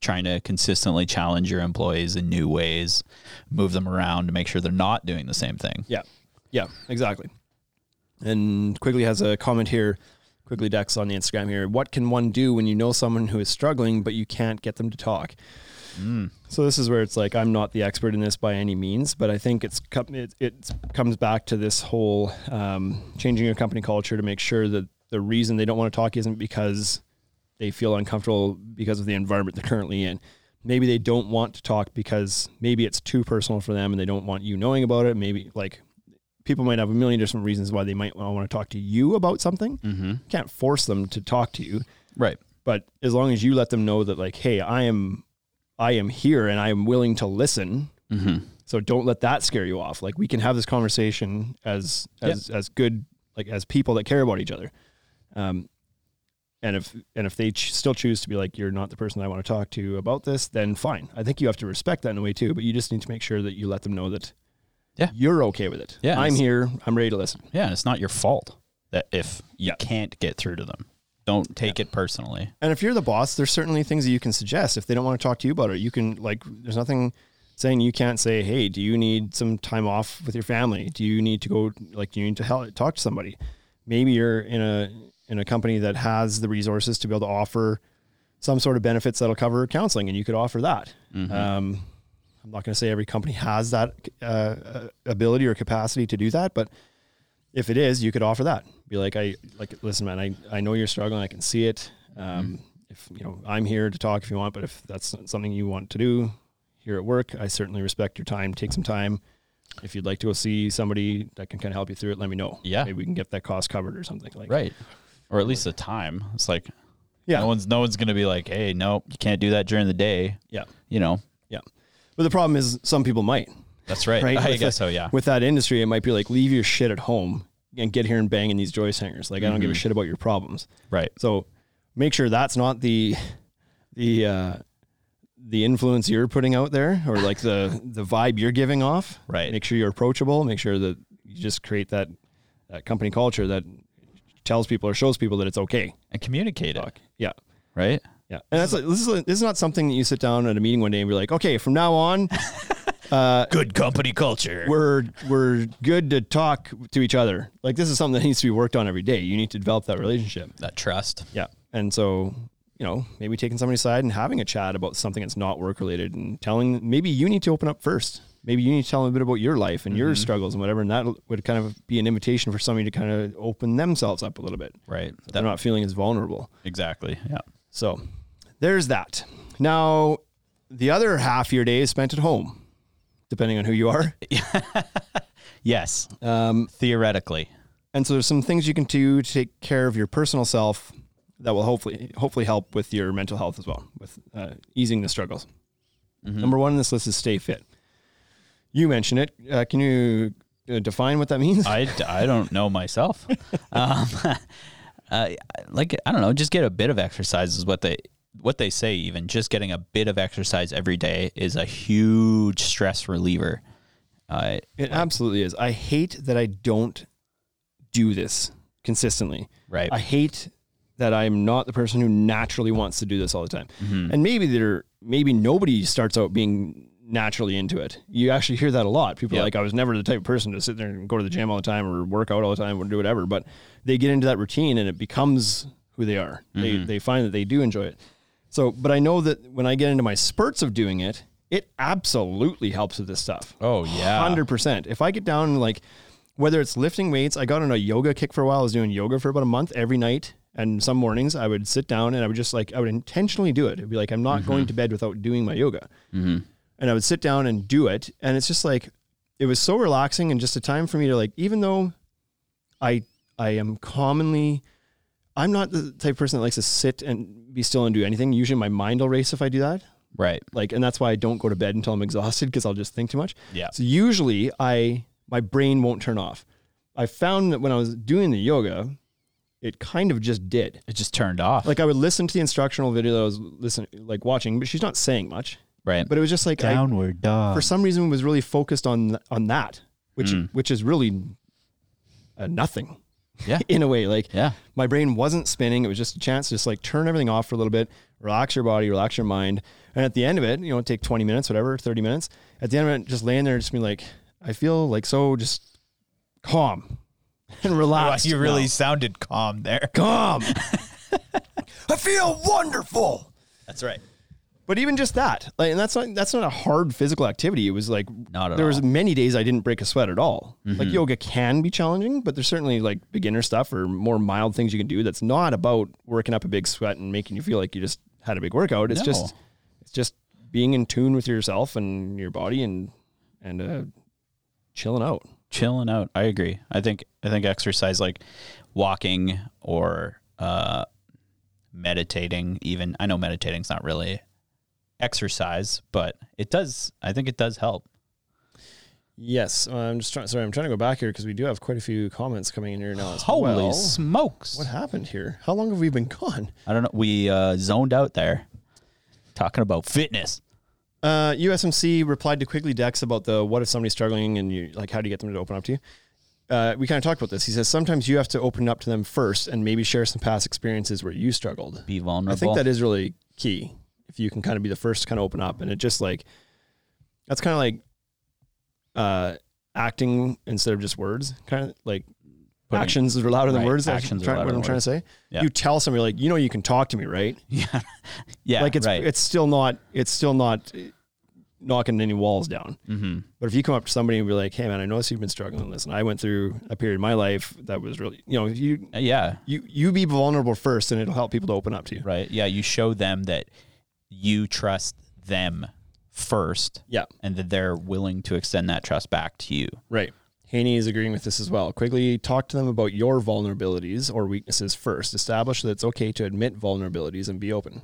[SPEAKER 3] Trying to consistently challenge your employees in new ways, move them around to make sure they're not doing the same thing.
[SPEAKER 1] Yeah. Yeah, exactly. And Quigley has a comment here. Quigley Dex on the Instagram here. What can one do when you know someone who is struggling, but you can't get them to talk? So this is where it's like I'm not the expert in this by any means, but I think it's co- it, it comes back to this whole um, changing your company culture to make sure that the reason they don't want to talk isn't because they feel uncomfortable because of the environment they're currently in. Maybe they don't want to talk because maybe it's too personal for them and they don't want you knowing about it. Maybe like people might have a million different reasons why they might want to talk to you about something. Mm-hmm. Can't force them to talk to you
[SPEAKER 3] Right.
[SPEAKER 1] but as long as you let them know that like hey i am i am here and i am willing to listen
[SPEAKER 3] Mm-hmm.
[SPEAKER 1] so don't let that scare you off like we can have this conversation as as as good like as people that care about each other um and if and if they ch- still choose to be like you're not the person i want to talk to about this then fine i think you have to respect that in a way too but you just need to make sure that you let them know that
[SPEAKER 3] Yeah.
[SPEAKER 1] you're okay with it
[SPEAKER 3] Yeah,
[SPEAKER 1] i'm
[SPEAKER 3] it's-
[SPEAKER 1] here i'm ready to listen
[SPEAKER 3] Yeah, and it's not your fault that if you
[SPEAKER 1] Yeah.
[SPEAKER 3] can't get through to them, don't take it personally.
[SPEAKER 1] And if you're the boss, there's certainly things that you can suggest. If they don't want to talk to you about it, you can like there's nothing saying you can't say, "Hey, do you need some time off with your family? Do you need to go like do you need to help, talk to somebody?" Maybe you're in a in a company that has the resources to be able to offer some sort of benefits that'll cover counseling and you could offer that. Um, I'm not going to say every company has that uh, uh, ability or capacity to do that, but if it is, you could offer that. Be like, I like, listen, man, I, I know you're struggling. I can see it.
[SPEAKER 3] Mm-hmm.
[SPEAKER 1] Um, if you know, I'm here to talk if you want, but if that's not something you want to do here at work, I certainly respect your time. Take some time. If you'd like to go see somebody that can kind of help you through it, let me know.
[SPEAKER 3] Yeah.
[SPEAKER 1] Maybe we can get that cost covered or something like
[SPEAKER 3] Right. Or at least the time. It's like
[SPEAKER 1] Yeah.
[SPEAKER 3] no one's no one's gonna be like, hey, no, you can't do that during the day.
[SPEAKER 1] Yeah.
[SPEAKER 3] You know.
[SPEAKER 1] Yeah. But the problem is some people might,
[SPEAKER 3] That's right.
[SPEAKER 1] right?
[SPEAKER 3] I
[SPEAKER 1] With
[SPEAKER 3] guess
[SPEAKER 1] the-
[SPEAKER 3] so, yeah.
[SPEAKER 1] With that industry, it might be like, leave your shit at home and get here and bang in these joist hangers. Like, I don't give a shit about your problems.
[SPEAKER 3] Mm-hmm. right.
[SPEAKER 1] So make sure that's not the the uh, the influence you're putting out there, or like the the vibe you're giving off.
[SPEAKER 3] Right.
[SPEAKER 1] Make sure you're approachable. Make sure that you just create that that company culture that tells people or shows people that it's okay.
[SPEAKER 3] And communicate it.
[SPEAKER 1] Yeah.
[SPEAKER 3] Right?
[SPEAKER 1] Yeah, and that's like, this is this is not something that you sit down at a meeting one day and be like, okay, from now on, Uh,
[SPEAKER 3] Good company culture.
[SPEAKER 1] we're we're good to talk to each other. Like this is something that needs to be worked on every day. You need to develop that relationship.
[SPEAKER 3] that trust.
[SPEAKER 1] Yeah. And so, you know, maybe taking somebody's side and having a chat about something that's not work related and telling maybe you need to open up first. Maybe you need to tell them a bit about your life and your struggles and whatever. And that would kind of be an invitation for somebody to kind of open themselves up a little bit.
[SPEAKER 3] Right.
[SPEAKER 1] They're
[SPEAKER 3] That,
[SPEAKER 1] not feeling as vulnerable.
[SPEAKER 3] exactly. Yeah.
[SPEAKER 1] So there's that. Now, the other half of your day is spent at home, depending on who you are.
[SPEAKER 3] Yes. um, Theoretically.
[SPEAKER 1] And so there's some things you can do to take care of your personal self that will hopefully hopefully help with your mental health as well, with uh, easing the struggles. Number one on this list is stay fit. You mentioned it. Uh, can you uh, define what that means?
[SPEAKER 3] I, d- I don't know myself. um, uh, like I don't know, just get a bit of exercise is what they what they say. Even just getting a bit of exercise every day is a huge stress reliever. Uh,
[SPEAKER 1] it absolutely is. I hate that I don't do this consistently.
[SPEAKER 3] right.
[SPEAKER 1] I hate that I'm not the person who naturally wants to do this all the time.
[SPEAKER 3] Mm-hmm.
[SPEAKER 1] And maybe there, maybe nobody starts out being naturally into it. You actually hear that a lot. People are
[SPEAKER 3] Yeah.
[SPEAKER 1] like, I was never the type of person to sit there and go to the gym all the time or work out all the time or do whatever. But they get into that routine and it becomes who they are.
[SPEAKER 3] Mm-hmm.
[SPEAKER 1] They, they find that they do enjoy it. So, but I know that when I get into my spurts of doing it, it absolutely helps with this stuff
[SPEAKER 3] oh yeah.
[SPEAKER 1] hundred percent. If I get down and, like whether it's lifting weights, I got on a yoga kick for a while. I was doing yoga for about a month every night, and some mornings I would sit down and I would just like I would intentionally do it. It'd be like I'm not
[SPEAKER 3] Mm-hmm.
[SPEAKER 1] going to bed without doing my yoga, and I would sit down and do it, and it's just like it was so relaxing and just a time for me to like even though I I am commonly I'm not the type of person that likes to sit and be still and do anything. Usually my mind will race if I do that
[SPEAKER 3] Right.
[SPEAKER 1] like and that's why I don't go to bed until I'm exhausted because I'll just think too much.
[SPEAKER 3] Yeah.
[SPEAKER 1] So usually I my brain won't turn off. I found that when I was doing the yoga, it kind of just did.
[SPEAKER 3] It just turned off.
[SPEAKER 1] Like I would listen to the instructional video that I was listening like watching, but she's not saying much.
[SPEAKER 3] right.
[SPEAKER 1] But it was just like I,
[SPEAKER 3] Downward dog.
[SPEAKER 1] for some reason was really focused on on that, which
[SPEAKER 3] Mm.
[SPEAKER 1] which is really uh, nothing
[SPEAKER 3] yeah.
[SPEAKER 1] in a way. Like
[SPEAKER 3] Yeah.
[SPEAKER 1] my brain wasn't spinning. It was just a chance to just like turn everything off for a little bit, relax your body, relax your mind. And at the end of it, you know, take 20 minutes, whatever, 30 minutes. At the end of it, just laying there and just be like, I feel like so just calm and relaxed. now.
[SPEAKER 3] Ah, sounded calm there.
[SPEAKER 1] calm. I feel wonderful.
[SPEAKER 3] That's right.
[SPEAKER 1] But even just that, like, and that's not that's not a hard physical activity. It was like
[SPEAKER 3] Not at
[SPEAKER 1] there was
[SPEAKER 3] all.
[SPEAKER 1] many days I didn't break a sweat at all. Like yoga can be challenging, but there's certainly like beginner stuff or more mild things you can do. That's not about working up a big sweat and making you feel like you just had a big workout. It's just
[SPEAKER 3] No.
[SPEAKER 1] it's just being in tune with yourself and your body and and uh, chilling out.
[SPEAKER 3] chilling out. I agree. I think I think exercise like walking or uh, meditating. Even I know meditating's not really exercise, but it does. I think it does help.
[SPEAKER 1] Yes, I'm just trying. Sorry, I'm trying to go back here because we do have quite a few comments coming in here now. As
[SPEAKER 3] Holy
[SPEAKER 1] well.
[SPEAKER 3] smokes!
[SPEAKER 1] what happened here? How long have we been gone?
[SPEAKER 3] I don't know. We uh, zoned out there talking about fitness.
[SPEAKER 1] Uh, USMC replied to Quigley Dex about the what if somebody's struggling and you like how do you get them to open up to you? Uh, we kind of talked about this. He says sometimes you have to open up to them first and maybe share some past experiences where you struggled.
[SPEAKER 3] Be vulnerable.
[SPEAKER 1] I think that is really key. If you can kind of be the first to kind of open up and it just like that's kind of like uh, acting instead of just words, kind of like
[SPEAKER 3] Putting-
[SPEAKER 1] actions that are louder than
[SPEAKER 3] Right,
[SPEAKER 1] words. That's
[SPEAKER 3] actions are
[SPEAKER 1] try-
[SPEAKER 3] louder
[SPEAKER 1] what I'm
[SPEAKER 3] than
[SPEAKER 1] trying to say.
[SPEAKER 3] Yeah.
[SPEAKER 1] You tell somebody like you know you can talk to me, right?
[SPEAKER 3] yeah, yeah.
[SPEAKER 1] like it's
[SPEAKER 3] right.
[SPEAKER 1] it's still not it's still not knocking any walls down. Mm-hmm. But if you come up to somebody and be like, "Hey, man, I notice you've been struggling. Listen, I went through a period in my life that was really, you know, you
[SPEAKER 3] Uh, yeah.
[SPEAKER 1] you you be vulnerable first, and it'll help people to open up to you."
[SPEAKER 3] Right. Yeah. You show them that you trust them first.
[SPEAKER 1] Yeah.
[SPEAKER 3] And that they're willing to extend that trust back to you.
[SPEAKER 1] Right. Haney is agreeing with this as well. Quigley, talk to them about your vulnerabilities or weaknesses first. Establish that it's okay to admit vulnerabilibilities and be open.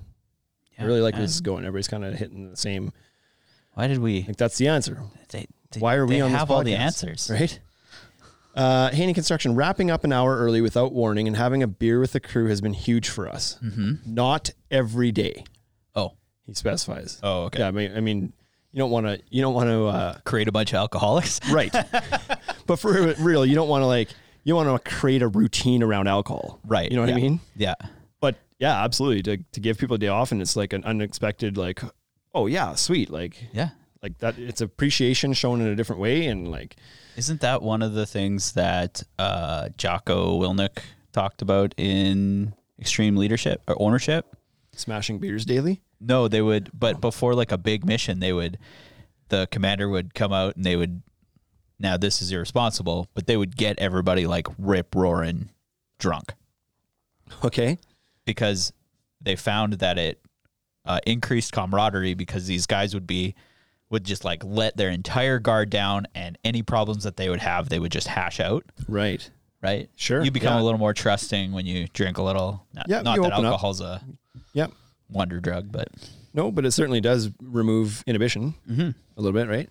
[SPEAKER 1] I really like where this is going. Everybody's kind of hitting the same.
[SPEAKER 3] Why did we?
[SPEAKER 1] I think that's the answer.
[SPEAKER 3] They, they-
[SPEAKER 1] Why are we
[SPEAKER 3] they
[SPEAKER 1] on this
[SPEAKER 3] have all the
[SPEAKER 1] podcast?
[SPEAKER 3] answers?
[SPEAKER 1] Right. Uh, Haney Construction wrapping up an hour early without warning and having a beer with the crew has been huge for us.
[SPEAKER 3] Mm-hmm.
[SPEAKER 1] Not every day,
[SPEAKER 3] Oh,
[SPEAKER 1] he specifies.
[SPEAKER 3] Oh, okay.
[SPEAKER 1] Yeah, I mean, I mean you don't want to. You don't want to. Uh,
[SPEAKER 3] create a bunch of alcoholics.
[SPEAKER 1] right. but for real, you don't want to like. You want to create a routine around alcohol.
[SPEAKER 3] Right.
[SPEAKER 1] You know what I
[SPEAKER 3] yeah,
[SPEAKER 1] mean.
[SPEAKER 3] Yeah.
[SPEAKER 1] But yeah, absolutely. To to give people a day off and it's like an unexpected like, oh yeah, sweet. Like
[SPEAKER 3] Yeah.
[SPEAKER 1] like that. It's appreciation shown in a different way and like
[SPEAKER 3] Isn't that one of the things that uh, Jocko Wilnick talked about in Extreme Leadership or Ownership?
[SPEAKER 1] smashing beers daily.
[SPEAKER 3] No, they would, but before like a big mission, they would, the commander would come out and they would, now this is irresponsible, but they would get everybody like rip roaring drunk
[SPEAKER 1] Okay.
[SPEAKER 3] because they found that it uh, increased camaraderie because these guys would be would just like let their entire guard down and any problems that they would have they would just hash out
[SPEAKER 1] Right.
[SPEAKER 3] right
[SPEAKER 1] Sure,
[SPEAKER 3] you become
[SPEAKER 1] yeah.
[SPEAKER 3] a little more trusting when you drink a little not,
[SPEAKER 1] Yeah,
[SPEAKER 3] not
[SPEAKER 1] you
[SPEAKER 3] that
[SPEAKER 1] open up.
[SPEAKER 3] alcohol's a
[SPEAKER 1] Yep.
[SPEAKER 3] wonder drug but
[SPEAKER 1] No, but it certainly does remove inhibition a little bit, right?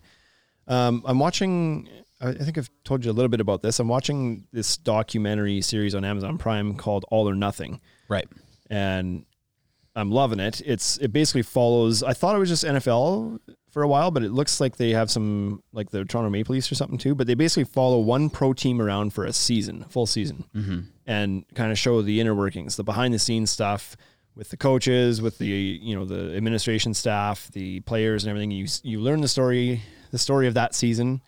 [SPEAKER 1] Um, I'm watching. I I think I've told you a little bit about this. I'm watching this documentary series on Amazon Prime called All or Nothing,
[SPEAKER 3] right
[SPEAKER 1] and I'm loving it. It's it basically follows. I thought it was just NFL for a while, but it looks like they have some like the Toronto Maple Leafs or something too. But they basically follow one pro team around for a season, full season, and kind of show the inner workings, the behind the scenes stuff with the coaches, with the you know the administration staff, the players, and everything. You s- you learn the story, the story of that season,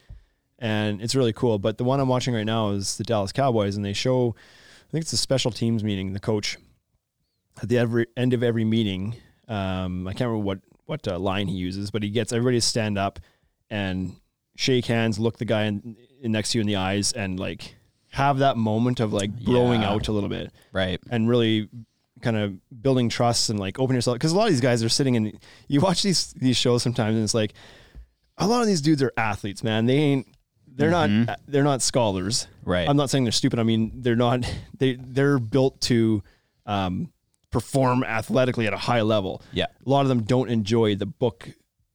[SPEAKER 1] and it's really cool. But the one I'm watching right now is the Dallas Cowboys, and they show. I think it's a special teams meeting. The coach at the every, end of every meeting, um, I can't remember what what uh, line he uses, but he gets everybody to stand up and shake hands, look the guy in, in next to you in the eyes, and like have that moment of like blowing
[SPEAKER 3] Yeah.
[SPEAKER 1] out a little bit
[SPEAKER 3] right
[SPEAKER 1] and really kind of building trust and like open yourself because a lot of these guys are sitting in you watch these these shows sometimes and it's like a lot of these dudes are athletes man they ain't they're not they're not scholars
[SPEAKER 3] Mm-hmm. Right.
[SPEAKER 1] i'm not saying they're stupid i mean they're not they they're built to um perform athletically at a high level
[SPEAKER 3] Yeah.
[SPEAKER 1] a lot of them don't enjoy the book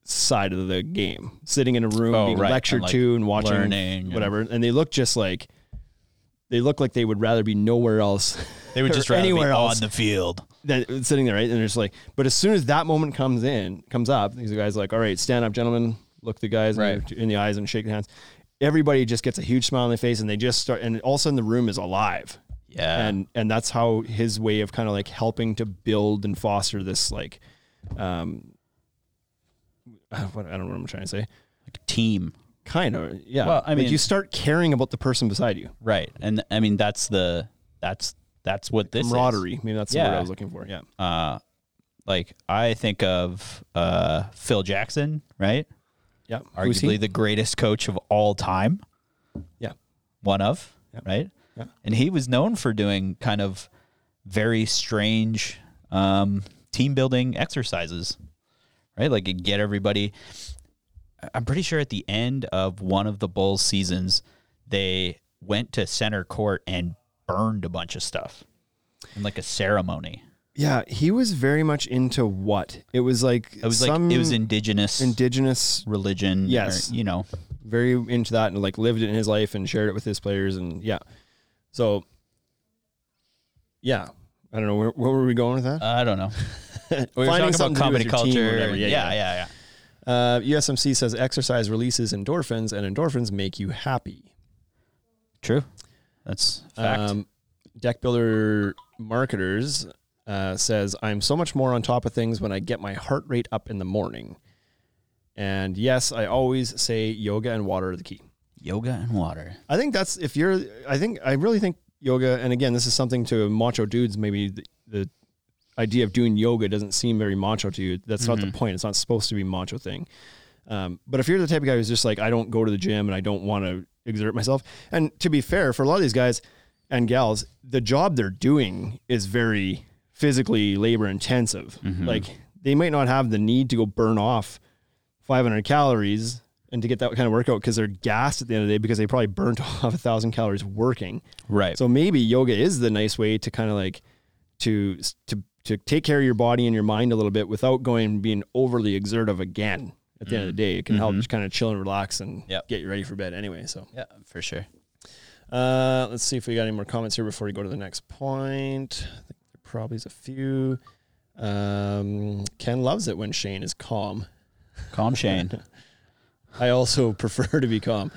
[SPEAKER 1] side of the game sitting in a room
[SPEAKER 3] Oh,
[SPEAKER 1] being
[SPEAKER 3] right.
[SPEAKER 1] lectured
[SPEAKER 3] And, like,
[SPEAKER 1] to and watching
[SPEAKER 3] learning and-
[SPEAKER 1] whatever and they look just like they look like they would rather be nowhere else
[SPEAKER 3] they would
[SPEAKER 1] or
[SPEAKER 3] just rather be
[SPEAKER 1] anywhere
[SPEAKER 3] on
[SPEAKER 1] else.
[SPEAKER 3] the field
[SPEAKER 1] that sitting there, right? And they're just like, but as soon as that moment comes in, comes up, these guys are like, all right, stand up, gentlemen, look the guys in
[SPEAKER 3] Right.
[SPEAKER 1] the- in the eyes and shake hands. Everybody just gets a huge smile on their face, and they just start, and all of a sudden the room is alive.
[SPEAKER 3] Yeah.
[SPEAKER 1] and and that's how his way of kind of like helping to build and foster this like, um, what I don't know what I'm trying to say.
[SPEAKER 3] like team
[SPEAKER 1] Kind of, yeah.
[SPEAKER 3] Well, I
[SPEAKER 1] Like,
[SPEAKER 3] mean-
[SPEAKER 1] you start caring about the person beside you.
[SPEAKER 3] right and i mean that's the that's that's what this is.
[SPEAKER 1] Camaraderie. Maybe that's the word I
[SPEAKER 3] Yeah. Uh,
[SPEAKER 1] was looking for. Yeah.
[SPEAKER 3] like i think of uh phil jackson right
[SPEAKER 1] yeah. Who's he?
[SPEAKER 3] arguably the greatest coach of all time
[SPEAKER 1] Yeah.
[SPEAKER 3] one of, right?
[SPEAKER 1] Yeah.
[SPEAKER 3] And he was known for doing kind of very strange um, team building exercises, right? Like you'd get everybody. I'm pretty sure at the end of one of the Bulls seasons, they went to center court and burned a bunch of stuff in like a ceremony.
[SPEAKER 1] Yeah, he was very much into what it was like.
[SPEAKER 3] It was
[SPEAKER 1] some
[SPEAKER 3] like it was indigenous
[SPEAKER 1] indigenous,
[SPEAKER 3] religion. or,
[SPEAKER 1] Yes.
[SPEAKER 3] you know,
[SPEAKER 1] very into that, and like lived it in his life and shared it with his players, and yeah. So, yeah, I don't know where, where were we going with that.
[SPEAKER 3] I don't know. Uh, We were
[SPEAKER 1] Finding
[SPEAKER 3] talking
[SPEAKER 1] something
[SPEAKER 3] about
[SPEAKER 1] to do with
[SPEAKER 3] comedy
[SPEAKER 1] your team or
[SPEAKER 3] culture.
[SPEAKER 1] whatever.
[SPEAKER 3] yeah, yeah, yeah, yeah.
[SPEAKER 1] Uh, USMC says exercise releases endorphins, and endorphins make you happy.
[SPEAKER 3] True. That's a fact.
[SPEAKER 1] Um, Deck Builder Marketers uh, says, I'm so much more on top of things when I get my heart rate up in the morning. And yes, I always say yoga and water are the key.
[SPEAKER 3] Yoga and water.
[SPEAKER 1] I think that's if you're, I think, I really think yoga, and again, this is something to macho dudes, maybe the, the idea of doing yoga doesn't seem very macho to you. That's not the point. It's not supposed to be a macho thing. Um, but if you're the type of guy who's just like, I don't go to the gym and I don't want to exert myself. And to be fair, for a lot of these guys and gals, the job they're doing is very physically labor intensive. Like they might not have the need to go burn off 500 calories and to get that kind of workout because they're gassed at the end of the day because they probably burnt off a thousand calories working.
[SPEAKER 3] Right.
[SPEAKER 1] So maybe yoga is the nice way to kind of like to to to take care of your body and your mind a little bit without going and being overly exertive again. At the end of the day, it can help just kind of chill and relax and
[SPEAKER 3] Mm-hmm. Yep.
[SPEAKER 1] get you ready for bed anyway. So
[SPEAKER 3] yeah, for sure.
[SPEAKER 1] uh, let's see if we got any more comments here before we go to the next point. I think there probably is a few. Um, Ken loves it when Shane is calm.
[SPEAKER 3] Calm Shane.
[SPEAKER 1] Oh, I also prefer to be calm.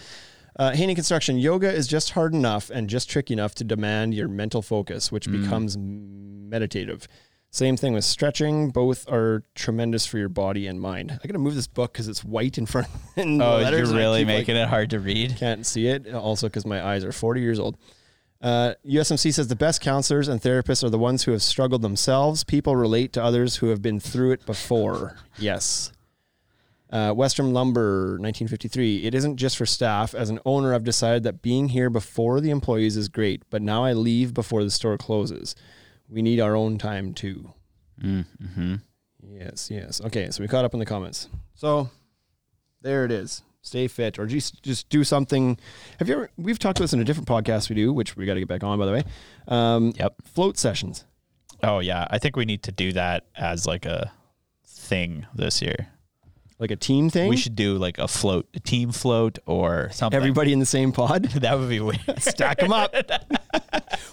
[SPEAKER 1] Uh, Haney Construction Yoga is just hard enough and just tricky enough to demand your mental focus, which
[SPEAKER 3] Mm.
[SPEAKER 1] becomes meditative. Same thing with stretching. Both are tremendous for your body and mind. I gotta move this book because it's white in front. In the
[SPEAKER 3] oh,
[SPEAKER 1] letters
[SPEAKER 3] you're
[SPEAKER 1] and I
[SPEAKER 3] really
[SPEAKER 1] keep, like,
[SPEAKER 3] making it hard to read.
[SPEAKER 1] can't see it. Also, because my eyes are 40 years old. Uh, USMC says the best counselors and therapists are the ones who have struggled themselves. People relate to others who have been through it before. yes. Uh, Western Lumber, 1953. It isn't just for staff. As an owner, I've decided that being here before the employees is great, but now I leave before the store closes. We need our own time too. Yes, yes. Okay, so we caught up in the comments. So there it is. Stay fit or just just do something. Have you ever we've talked about this in a different podcast we do, which we gotta get back on by the way. Um
[SPEAKER 3] Yep.
[SPEAKER 1] float sessions.
[SPEAKER 3] Oh yeah, I think we need to do that as like a thing this year.
[SPEAKER 1] Like a team thing.
[SPEAKER 3] We should do like a float, a team float, or something.
[SPEAKER 1] everybody in the same pod.
[SPEAKER 3] that would be weird.
[SPEAKER 1] Stack them up.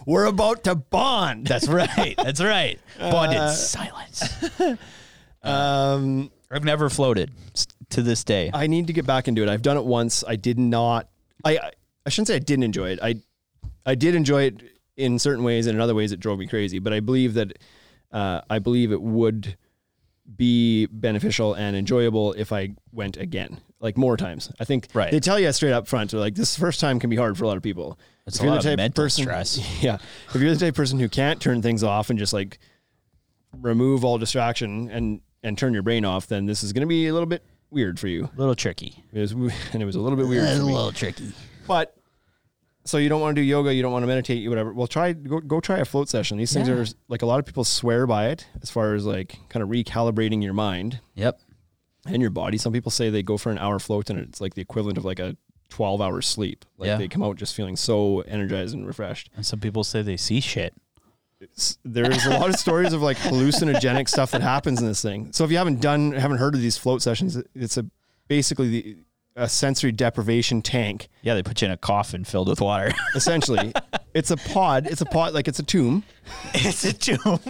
[SPEAKER 1] We're about to bond.
[SPEAKER 3] That's right. That's right. Bonded silence.
[SPEAKER 1] Uh, Um
[SPEAKER 3] I've never floated s- to this day.
[SPEAKER 1] I need to get back into it. I've done it once. I did not. I I- I shouldn't say I didn't enjoy it. I I did enjoy it in certain ways, and in other ways it drove me crazy. But I believe that uh, I believe it would be beneficial and enjoyable if I went again, like more times. I think
[SPEAKER 3] Right.
[SPEAKER 1] they tell you straight up front. They're like, this first time can be hard for a lot of people.
[SPEAKER 3] It's
[SPEAKER 1] If
[SPEAKER 3] a
[SPEAKER 1] you're
[SPEAKER 3] lot
[SPEAKER 1] the
[SPEAKER 3] of
[SPEAKER 1] type
[SPEAKER 3] mental
[SPEAKER 1] person-
[SPEAKER 3] stress.
[SPEAKER 1] Yeah, if you're the type of person who can't turn things off and just like remove all distraction and and turn your brain off, then this is going to be a little bit weird for you.
[SPEAKER 3] A little tricky.
[SPEAKER 1] It was, and it was a little bit weird for me.
[SPEAKER 3] tricky.
[SPEAKER 1] But so you don't want to do yoga, you don't want to meditate, you whatever. Well, try go, go try a float session. These things are like a lot of people swear by it as far as like kind of recalibrating your mind
[SPEAKER 3] Yep.
[SPEAKER 1] and your body. Some people say they go for an hour float and it's like the equivalent of like a 12 hour sleep. Like
[SPEAKER 3] Yeah.
[SPEAKER 1] they come out just feeling so energized and refreshed.
[SPEAKER 3] And some people say they see shit.
[SPEAKER 1] S- There's a lot of stories of like hallucinogenic stuff that happens in this thing. So if you haven't done haven't heard of these float sessions, it's a basically the a sensory deprivation tank
[SPEAKER 3] Yeah, they put you in a coffin filled with water.
[SPEAKER 1] essentially. it's a pod. It's a pod like it's a tomb.
[SPEAKER 3] it's a tomb.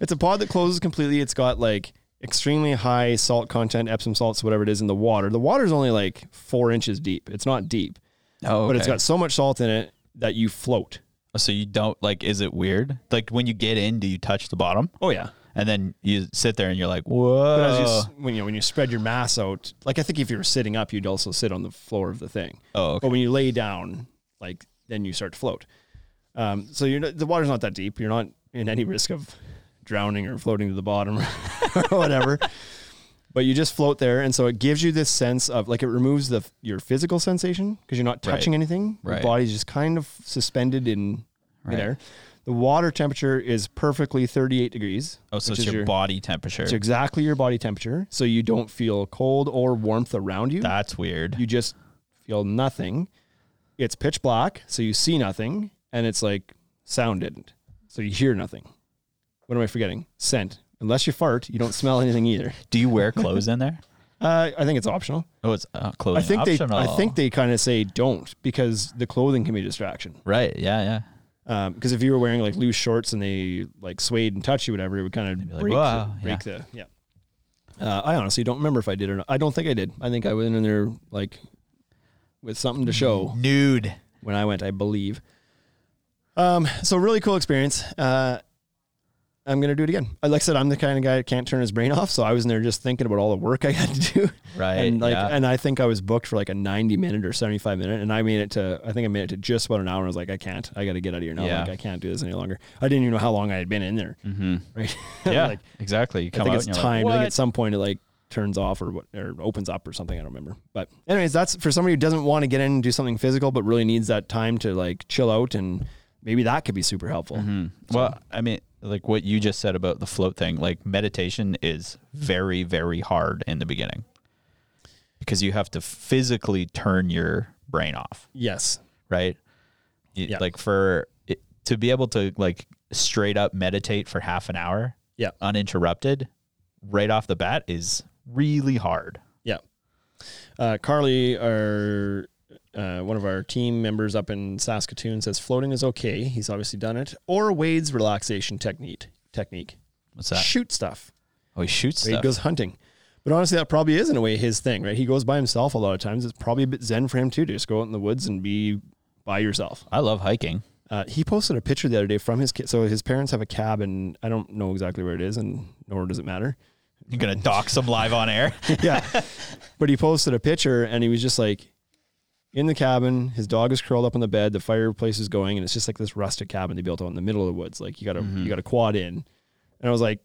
[SPEAKER 1] It's a pod that closes completely. It's got like extremely high salt content, Epsom salts, whatever it is in the water. The water's only like four inches deep. It's not deep,
[SPEAKER 3] Oh,
[SPEAKER 1] but it's got so much salt in it that you float.
[SPEAKER 3] So you don't like? Is it weird? Like when you get in, do you touch the bottom?
[SPEAKER 1] Oh yeah.
[SPEAKER 3] And then you sit there and you're like, whoa.
[SPEAKER 1] But as you, s- when you know, when you spread your mass out, like I think if you were sitting up, you'd also sit on the floor of the thing.
[SPEAKER 3] Oh, okay.
[SPEAKER 1] But when you lay down, like then you start to float. Um, so you're not, the water's not that deep. You're not in any risk of drowning or floating to the bottom or whatever. but you just float there, and so it gives you this sense of like it removes the your physical sensation because you're not touching
[SPEAKER 3] Right.
[SPEAKER 1] anything.
[SPEAKER 3] Right.
[SPEAKER 1] Your body's just kind of suspended in
[SPEAKER 3] Right.
[SPEAKER 1] midair. The water temperature is perfectly 38 degrees.
[SPEAKER 3] oh, so
[SPEAKER 1] which
[SPEAKER 3] it's
[SPEAKER 1] is
[SPEAKER 3] your, body temperature.
[SPEAKER 1] it's exactly your body temperature, so you don't feel cold or warmth around you.
[SPEAKER 3] That's weird.
[SPEAKER 1] You just feel nothing. It's pitch black, so you see nothing, and it's like sound didn't, so you hear nothing. What am I forgetting? Scent. Unless you fart, you don't smell anything either.
[SPEAKER 3] do you wear clothes in there?
[SPEAKER 1] Uh, I think it's optional.
[SPEAKER 3] Oh, it's uh,
[SPEAKER 1] I
[SPEAKER 3] clothing.
[SPEAKER 1] think
[SPEAKER 3] optional.
[SPEAKER 1] they, I think they kind of say don't because the clothing can be a distraction.
[SPEAKER 3] Right. Yeah. Yeah.
[SPEAKER 1] Because Um, if you were wearing like loose shorts and they like swayed and touched you, whatever, it would kind of
[SPEAKER 3] like,
[SPEAKER 1] break,
[SPEAKER 3] "Wow,"
[SPEAKER 1] the, break the yeah. Uh, I honestly don't remember if I did or not. I don't think I did. I think I went in there like with something to
[SPEAKER 3] Mm-hmm.
[SPEAKER 1] show
[SPEAKER 3] Nude.
[SPEAKER 1] when I went. I believe. Um. So really cool experience. Uh, I'm gonna do it again. Uh, Like I said, I'm the kind of guy that can't turn his brain off. So I was in there just thinking about all the work I had to do.
[SPEAKER 3] Right,
[SPEAKER 1] And like,
[SPEAKER 3] yeah.
[SPEAKER 1] and I think I was booked for like a 90 minute or 75 minute, and I made it to. I think I made it to just about an hour. I was like, I can't. I got to get out of here now.
[SPEAKER 3] Yeah.
[SPEAKER 1] Like I can't do this any longer. I didn't even know how long I had been in there. Mm-hmm. Right.
[SPEAKER 3] Yeah.
[SPEAKER 1] like,
[SPEAKER 3] exactly. You come
[SPEAKER 1] I think
[SPEAKER 3] out
[SPEAKER 1] it's
[SPEAKER 3] and you're
[SPEAKER 1] timed. I
[SPEAKER 3] Like,
[SPEAKER 1] think at some point it like turns off or what or opens up or something. I don't remember. But anyways, that's for somebody who doesn't want to get in and do something physical, but really needs that time to like chill out and maybe that could be super helpful.
[SPEAKER 3] Mm-hmm. Well, I mean, like what you just said about the float thing, like meditation is very, very hard in the beginning because you have to physically turn your brain off,
[SPEAKER 1] Yes.
[SPEAKER 3] right? You-
[SPEAKER 1] Yeah.
[SPEAKER 3] Like for it, to be able to like straight up meditate for half an hour
[SPEAKER 1] Yeah.
[SPEAKER 3] uninterrupted right off the bat is really hard.
[SPEAKER 1] Yeah. Uh, Carly, our uh, one of our team members up in Saskatoon, says floating is okay. He's obviously done it. Or Wade's relaxation technique. Technique.
[SPEAKER 3] What's that?
[SPEAKER 1] Shoot stuff.
[SPEAKER 3] Oh, he shoots
[SPEAKER 1] Wade
[SPEAKER 3] stuff.
[SPEAKER 1] goes hunting. But honestly, that probably is in a way his thing, right? He goes by himself a lot of times. It's probably a bit zen for him too to just go out in the woods and be by yourself.
[SPEAKER 3] I love hiking.
[SPEAKER 1] Uh, he posted a picture the other day from his kid. So his parents have a cabin. I don't know exactly where it is, and nor does it matter.
[SPEAKER 3] You're going to dock some live on air.
[SPEAKER 1] yeah. But he posted a picture and he was just like in the cabin, his dog is curled up on the bed, the fireplace is going, and it's just like this rustic cabin they built out in the middle of the woods. Like you got a you got a quad in. And I was like,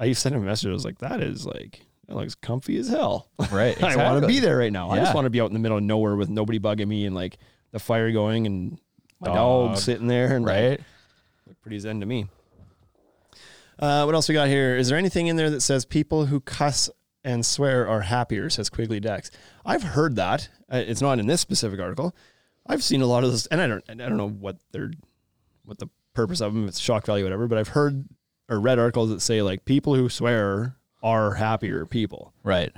[SPEAKER 1] I sent him a message. I was like, that is like that looks comfy as hell.
[SPEAKER 3] Right.
[SPEAKER 1] I want to
[SPEAKER 3] exactly.
[SPEAKER 1] be there right now. I just
[SPEAKER 3] Yeah.
[SPEAKER 1] want to be out in the middle of nowhere with nobody bugging me and like the fire going and my dog,
[SPEAKER 3] Dog.
[SPEAKER 1] sitting there and like,
[SPEAKER 3] Right.
[SPEAKER 1] pretty zen to me. Uh, what else we got here? Is there anything in there that says people who cuss and swear are happier? Says Quigley Dex. I've heard that. Uh, It's not in this specific article. I've seen a lot of this, and I don't, and I don't know what they're, what the purpose of them. It's shock value, whatever. But I've heard or read articles that say like people who swear are happier people.
[SPEAKER 3] Right.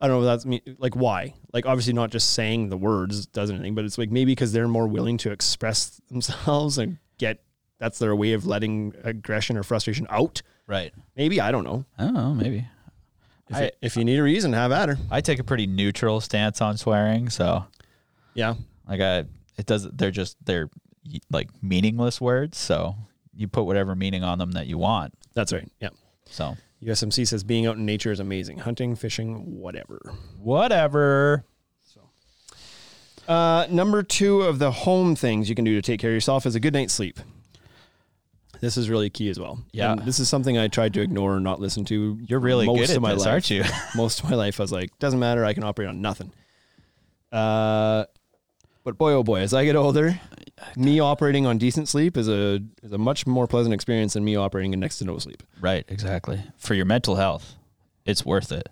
[SPEAKER 1] I don't know if that's me like why. Like obviously not just saying the words does anything, but it's like maybe because they're more willing to express themselves and get that's their way of letting aggression or frustration out.
[SPEAKER 3] Right.
[SPEAKER 1] Maybe I don't know.
[SPEAKER 3] I don't know. Maybe
[SPEAKER 1] If,
[SPEAKER 3] I-
[SPEAKER 1] it- if you need a reason, have at her.
[SPEAKER 3] I take a pretty neutral stance on swearing. So
[SPEAKER 1] Yeah,
[SPEAKER 3] like I, it doesn't. They're just they're y- like meaningless words. So you put whatever meaning on them that you want.
[SPEAKER 1] that's right. Yeah.
[SPEAKER 3] So
[SPEAKER 1] USMC says being out in nature is amazing. Hunting, fishing, whatever.
[SPEAKER 3] whatever.
[SPEAKER 1] Uh, number two of the home things you can do to take care of yourself is a good night's sleep. This is really key as well.
[SPEAKER 3] Yeah.
[SPEAKER 1] And this is something I tried to ignore and not listen to.
[SPEAKER 3] You're really
[SPEAKER 1] most
[SPEAKER 3] good
[SPEAKER 1] of
[SPEAKER 3] at
[SPEAKER 1] my
[SPEAKER 3] this,
[SPEAKER 1] life.
[SPEAKER 3] aren't you?
[SPEAKER 1] most of my life, I was like, doesn't matter. I can operate on nothing. Uh, but boy, oh boy, as I get older, me operating on decent sleep is a is a much more pleasant experience than me operating in next to no sleep.
[SPEAKER 3] Right. Exactly. For your mental health, it's worth it.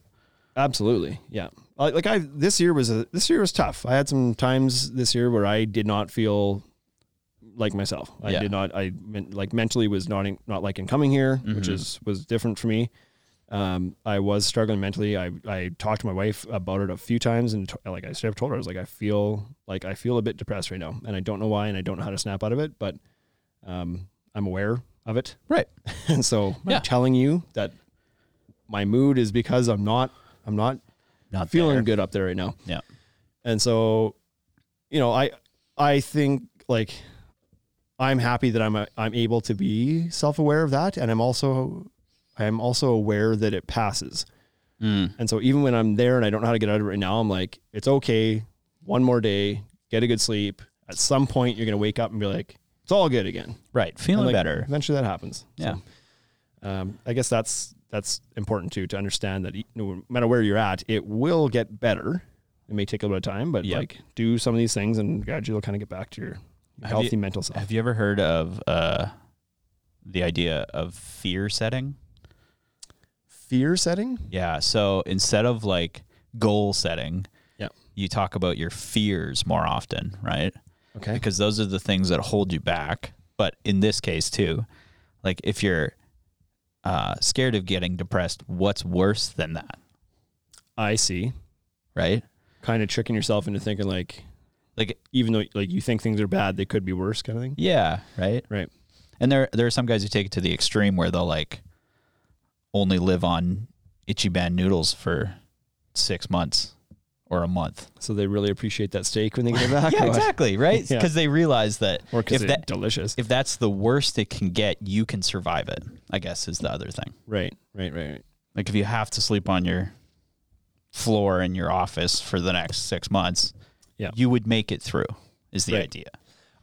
[SPEAKER 1] Absolutely, yeah. Like, like I this year was a, this year was tough. I had some times this year where I did not feel like myself. I
[SPEAKER 3] Yeah.
[SPEAKER 1] did not. I meant, like mentally was not in, not liking coming here, which
[SPEAKER 3] Mm-hmm.
[SPEAKER 1] is was different for me. Um, I was struggling mentally. I, I talked to my wife about it a few times and t- like I straight up told her, I was like, I feel like I feel a bit depressed right now and I don't know why, and I don't know how to snap out of it, but, um, I'm aware of it.
[SPEAKER 3] Right.
[SPEAKER 1] And so
[SPEAKER 3] Yeah.
[SPEAKER 1] I'm telling you that my mood is because I'm not, I'm not
[SPEAKER 3] Not
[SPEAKER 1] feeling
[SPEAKER 3] there.
[SPEAKER 1] good up there right now.
[SPEAKER 3] Yeah.
[SPEAKER 1] And so, you know, I I think like I'm happy that I'm a, I'm able to be self-aware of that and I'm also I'm also aware that it passes.
[SPEAKER 3] Mm.
[SPEAKER 1] And so even when I'm there and I don't know how to get out of it right now, I'm like it's okay. One more day, get a good sleep. At some point you're going to wake up and be like it's all good again.
[SPEAKER 3] Right.
[SPEAKER 1] And,
[SPEAKER 3] Feeling
[SPEAKER 1] like,
[SPEAKER 3] better.
[SPEAKER 1] Eventually that happens.
[SPEAKER 3] Yeah.
[SPEAKER 1] Um, I guess that's that's important too to understand that e- no matter where you're at, it will get better. It may take a little bit of time, but
[SPEAKER 3] Yep.
[SPEAKER 1] like do some of these things and gradually you'll kind of get back to your, your
[SPEAKER 3] Have
[SPEAKER 1] healthy
[SPEAKER 3] you-
[SPEAKER 1] mental self.
[SPEAKER 3] Have you ever heard of uh, the idea of fear setting?
[SPEAKER 1] Fear setting?
[SPEAKER 3] Yeah. So instead of like goal setting,
[SPEAKER 1] Yeah.
[SPEAKER 3] you talk about your fears more often, right?
[SPEAKER 1] Okay.
[SPEAKER 3] Because those are the things that hold you back. But in this case, too, like if you're uh, scared of getting depressed, what's worse than that,
[SPEAKER 1] I see.
[SPEAKER 3] right?
[SPEAKER 1] Kind of tricking yourself into thinking like
[SPEAKER 3] Like,
[SPEAKER 1] even though like you think things are bad, they could be worse kind of thing.
[SPEAKER 3] yeah, right.
[SPEAKER 1] Right.
[SPEAKER 3] And there, there are some guys who take it to the extreme where they'll like only live on itchy band noodles for six months or a month.
[SPEAKER 1] So they really appreciate that steak when they get it back.
[SPEAKER 3] Yeah,
[SPEAKER 1] or what?
[SPEAKER 3] exactly. Right.
[SPEAKER 1] Yeah.
[SPEAKER 3] Because they realize that
[SPEAKER 1] Or because
[SPEAKER 3] if
[SPEAKER 1] it's
[SPEAKER 3] that
[SPEAKER 1] delicious.
[SPEAKER 3] if that's the worst it can get, you can survive it. I guess is the other thing.
[SPEAKER 1] right, right, right, right.
[SPEAKER 3] Like if you have to sleep on your floor in your office for the next six months,
[SPEAKER 1] Yeah.
[SPEAKER 3] you would make it through. Is the
[SPEAKER 1] Right.
[SPEAKER 3] idea?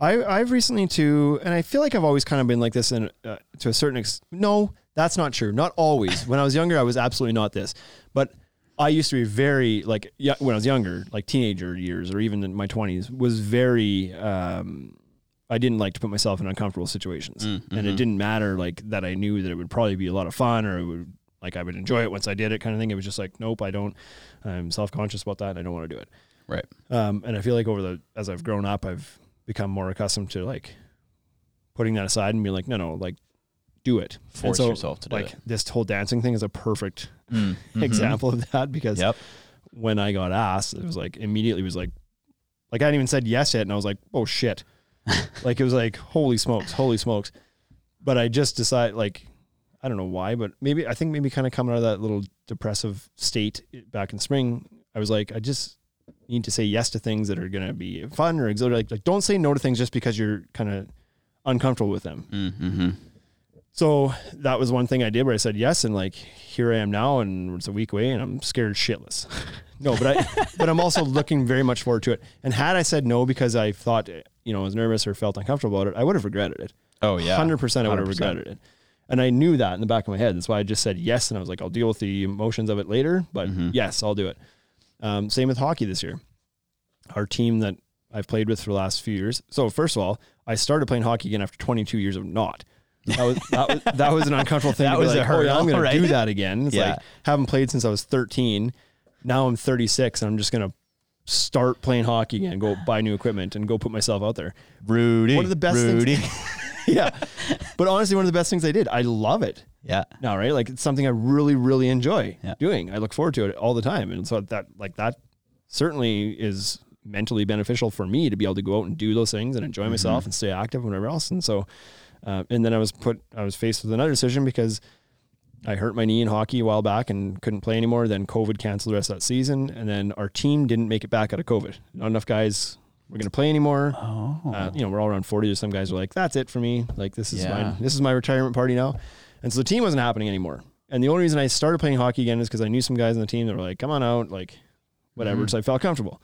[SPEAKER 1] I, I've recently too, and I feel like I've always kind of been like this, and uh, to a certain extent, no, that's not true. Not always. When I was younger, I was absolutely not this, but I used to be very like yeah, when I was younger, like teenager years or even in my twenties, was very. Um, I didn't like to put myself in uncomfortable situations, and it didn't matter like that. I knew that it would probably be a lot of fun, or it would like I would enjoy it once I did it, kind of thing. It was just like, nope, I don't. I'm self conscious about that, and I don't want to do it.
[SPEAKER 3] Right.
[SPEAKER 1] Um, and I feel like over the as I've grown up, I've become more accustomed to like putting that aside and being like, no, no, like do it. And
[SPEAKER 3] Force yourself to do
[SPEAKER 1] like,
[SPEAKER 3] it. Mm, mm-hmm.
[SPEAKER 1] This whole dancing thing is a perfect example of that because
[SPEAKER 3] Yep.
[SPEAKER 1] when I got asked, it was like immediately was like, like I hadn't even said yes yet, and I was like, oh shit, like it was like holy smokes, holy smokes. But I just decided like. I don't know why, but maybe I think maybe kind of coming out of that little depressive state back in spring, I was like, I just need to say yes to things that are going to be fun or exhilarating. Like, like, don't say no to things just because you're kind of uncomfortable with them.
[SPEAKER 3] Mm-hmm.
[SPEAKER 1] So that was one thing I did where I said yes, and like here I am now, and it's a week away, and I'm scared shitless. no, but I, but I'm also looking very much forward to it. And had I said no because I thought you know I was nervous or felt uncomfortable about it, I would have regretted it.
[SPEAKER 3] Oh yeah.
[SPEAKER 1] Hundred percent, I would have
[SPEAKER 3] 100%.
[SPEAKER 1] regretted it. And I knew that in the back of my head. That's why I just said yes, and I was like, I'll deal with the emotions of it later. But
[SPEAKER 3] Mm-hmm.
[SPEAKER 1] yes, I'll do it. Um, same with hockey this year. Our team that I've played with for the last few years. So first of all, I started playing hockey again after 22 years of not. That was that was, that was an uncomfortable thing.
[SPEAKER 3] That
[SPEAKER 1] to be
[SPEAKER 3] was
[SPEAKER 1] like,
[SPEAKER 3] a
[SPEAKER 1] Oh, yeah, I'm
[SPEAKER 3] hurdle,
[SPEAKER 1] gonna do
[SPEAKER 3] right?
[SPEAKER 1] that again. It's
[SPEAKER 3] Yeah.
[SPEAKER 1] like haven't played since I was 13. Now I'm 36, and I'm just gonna start playing hockey again. Go buy new equipment and go put myself out there.
[SPEAKER 3] Rudy.
[SPEAKER 1] One of the best things-
[SPEAKER 3] Rudy.
[SPEAKER 1] yeah, but honestly, one of the best things I did. I love it
[SPEAKER 3] yeah.
[SPEAKER 1] now, right? Like it's something I really, really enjoy
[SPEAKER 3] Yeah.
[SPEAKER 1] doing. I look forward to it all the time, and so that like that certainly is mentally beneficial for me to be able to go out and do those things and enjoy myself and stay active and whatever else. And so, uh, and then I was put, I was faced with another decision because I hurt my knee in hockey a while back and couldn't play anymore. Then COVID canceled the rest of that season, and then our team didn't make it back out of COVID. Not enough guys were going to play anymore.
[SPEAKER 3] Oh.
[SPEAKER 1] Uh, you know, we're all around 40. Some guys are like, that's it for me. Like, this is
[SPEAKER 3] Yeah.
[SPEAKER 1] mine. This is my retirement party now. And so the team wasn't happening anymore. And the only reason I started playing hockey again is because I knew some guys on the team that were like, come on out, like, whatever.
[SPEAKER 3] Mm-hmm.
[SPEAKER 1] So I felt comfortable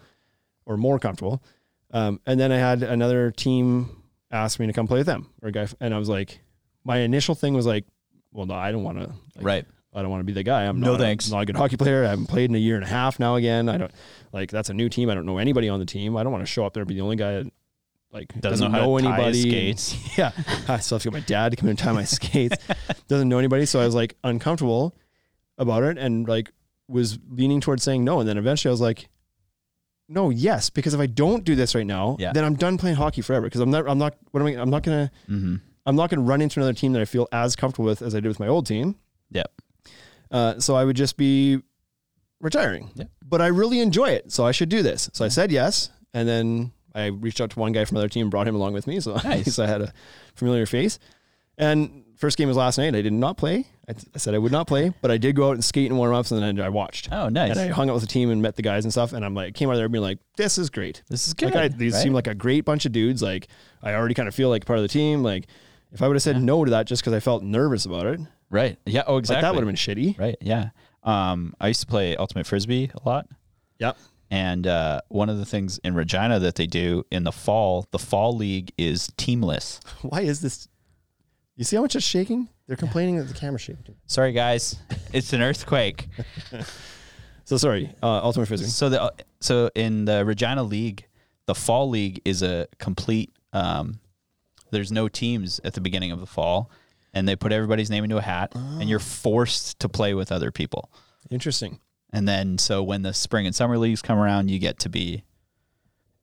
[SPEAKER 1] or more comfortable. Um, and then I had another team ask me to come play with them or a guy. And I was like, my initial thing was like, well, no, I don't want to. Like,
[SPEAKER 3] right.
[SPEAKER 1] I don't want to be the guy. I'm
[SPEAKER 3] No
[SPEAKER 1] not,
[SPEAKER 3] thanks.
[SPEAKER 1] I'm not a good hockey player. I haven't played in a year and a half now. Again, I don't like that's a new team. I don't know anybody on the team. I don't want to show up there and be the only guy that like
[SPEAKER 3] Doesn't know how to tie his skates.
[SPEAKER 1] yeah, I still have to get my dad to come in and tie my skates. Doesn't know anybody, so I was like uncomfortable about it and like was leaning towards saying no. And then eventually I was like, no, yes, because if I don't do this right now,
[SPEAKER 3] Yeah.
[SPEAKER 1] then I'm done playing hockey forever. Because I'm not, I'm not, what am I? I'm not gonna,
[SPEAKER 3] Mm-hmm.
[SPEAKER 1] I'm not gonna run into another team that I feel as comfortable with as I did with my old team.
[SPEAKER 3] Yep.
[SPEAKER 1] Uh, so I would just be retiring.
[SPEAKER 3] Yeah.
[SPEAKER 1] But I really enjoy it, so I should do this. So I said yes, and then I reached out to one guy from another team and brought him along with me. So at
[SPEAKER 3] Nice.
[SPEAKER 1] least I had a familiar face. And first game was last night. I did not play. I, I said I would not play, but I did go out and skate and warm ups, and then I watched.
[SPEAKER 3] Oh, nice.
[SPEAKER 1] And I hung out with the team and met the guys and stuff. And I'm like, came out of there being like, this is great.
[SPEAKER 3] This is good,
[SPEAKER 1] Like, I, these
[SPEAKER 3] right?
[SPEAKER 1] seem like a great bunch of dudes. Like, I already kind of feel like part of the team. Like, if I would have said no to that just because I felt nervous about it,
[SPEAKER 3] Right. Yeah. Oh, exactly.
[SPEAKER 1] like that would have been shitty.
[SPEAKER 3] Right. Yeah. Um, I used to play ultimate frisbee a lot,
[SPEAKER 1] Yep.
[SPEAKER 3] and uh, one of the things in Regina that they do in the fall, the fall league is teamless.
[SPEAKER 1] Why is this? You see how much it's shaking? They're complaining that the camera's shaking.
[SPEAKER 3] Sorry, guys, it's an earthquake.
[SPEAKER 1] So sorry, uh, Ultimate Frisbee.
[SPEAKER 3] So the so in the Regina League, the fall league is a complete. Um, there's no teams at the beginning of the fall, and they put everybody's name into a hat, and you're forced to play with other people.
[SPEAKER 1] Interesting.
[SPEAKER 3] And then so when the spring and summer leagues come around, you get to be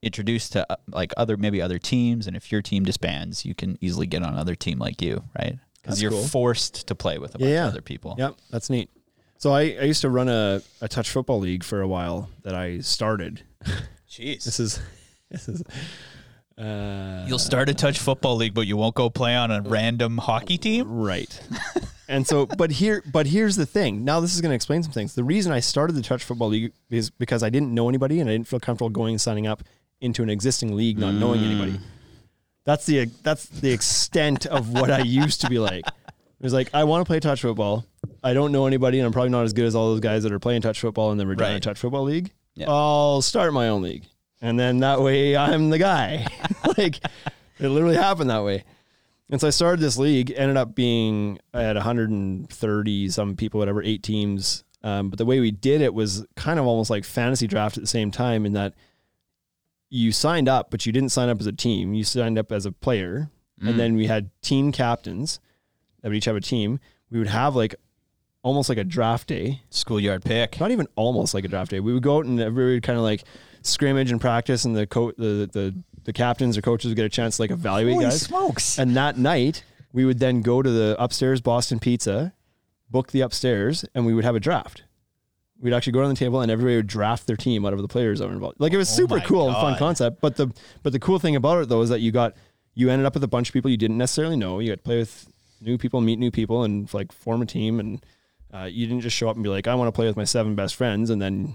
[SPEAKER 3] introduced to uh, like other maybe other teams, and if your team disbands, you can easily get on another team like you, right? Because
[SPEAKER 1] That's
[SPEAKER 3] you're
[SPEAKER 1] cool.
[SPEAKER 3] forced to play with a bunch
[SPEAKER 1] yeah.
[SPEAKER 3] of other people.
[SPEAKER 1] Yep, that's neat. So I, I used to run a, a touch football league for a while that I started.
[SPEAKER 3] Jeez.
[SPEAKER 1] This is this is uh,
[SPEAKER 3] You'll start a touch football league, but you won't go play on a random hockey team.
[SPEAKER 1] right. and so, but here, but here's the thing. Now this is going to explain some things. The reason I started the touch football league is because I didn't know anybody and I didn't feel comfortable going and signing up into an existing league not
[SPEAKER 3] Mm.
[SPEAKER 1] knowing anybody. That's the that's the extent of what I used to be like. It was like I want to play touch football. I don't know anybody, and I'm probably not as good as all those guys that are playing touch football in the Regina
[SPEAKER 3] Right.
[SPEAKER 1] Touch Football League.
[SPEAKER 3] Yeah.
[SPEAKER 1] I'll start my own league, and then that way I'm the guy. like it literally happened that way. And so I started this league. Ended up being I had 130 some people, whatever, eight teams. Um, but the way we did it was kind of almost like fantasy draft at the same time, in that you signed up, but you didn't sign up as a team. You signed up as a player, and then we had team captains that would each have a team. We would have like almost like a draft day
[SPEAKER 3] Schoolyard pick.
[SPEAKER 1] not even almost like a draft day. We would go out and everybody would kind of like scrimmage and practice, and the co- the, the the captains or coaches would get a chance to like evaluate
[SPEAKER 3] Holy
[SPEAKER 1] guys.
[SPEAKER 3] smokes.
[SPEAKER 1] And that night, we would then go to the upstairs Boston Pizza, book the upstairs, and we would have a draft. We'd actually go around the table, and everybody would draft their team out of the players that were involved. Like it was super
[SPEAKER 3] Oh my
[SPEAKER 1] cool and fun
[SPEAKER 3] God.
[SPEAKER 1] concept. But the but the cool thing about it though is that you got you ended up with a bunch of people you didn't necessarily know. You got to play with new people, meet new people, and like form a team. And uh, you didn't just show up and be like, I want to play with my seven best friends, and then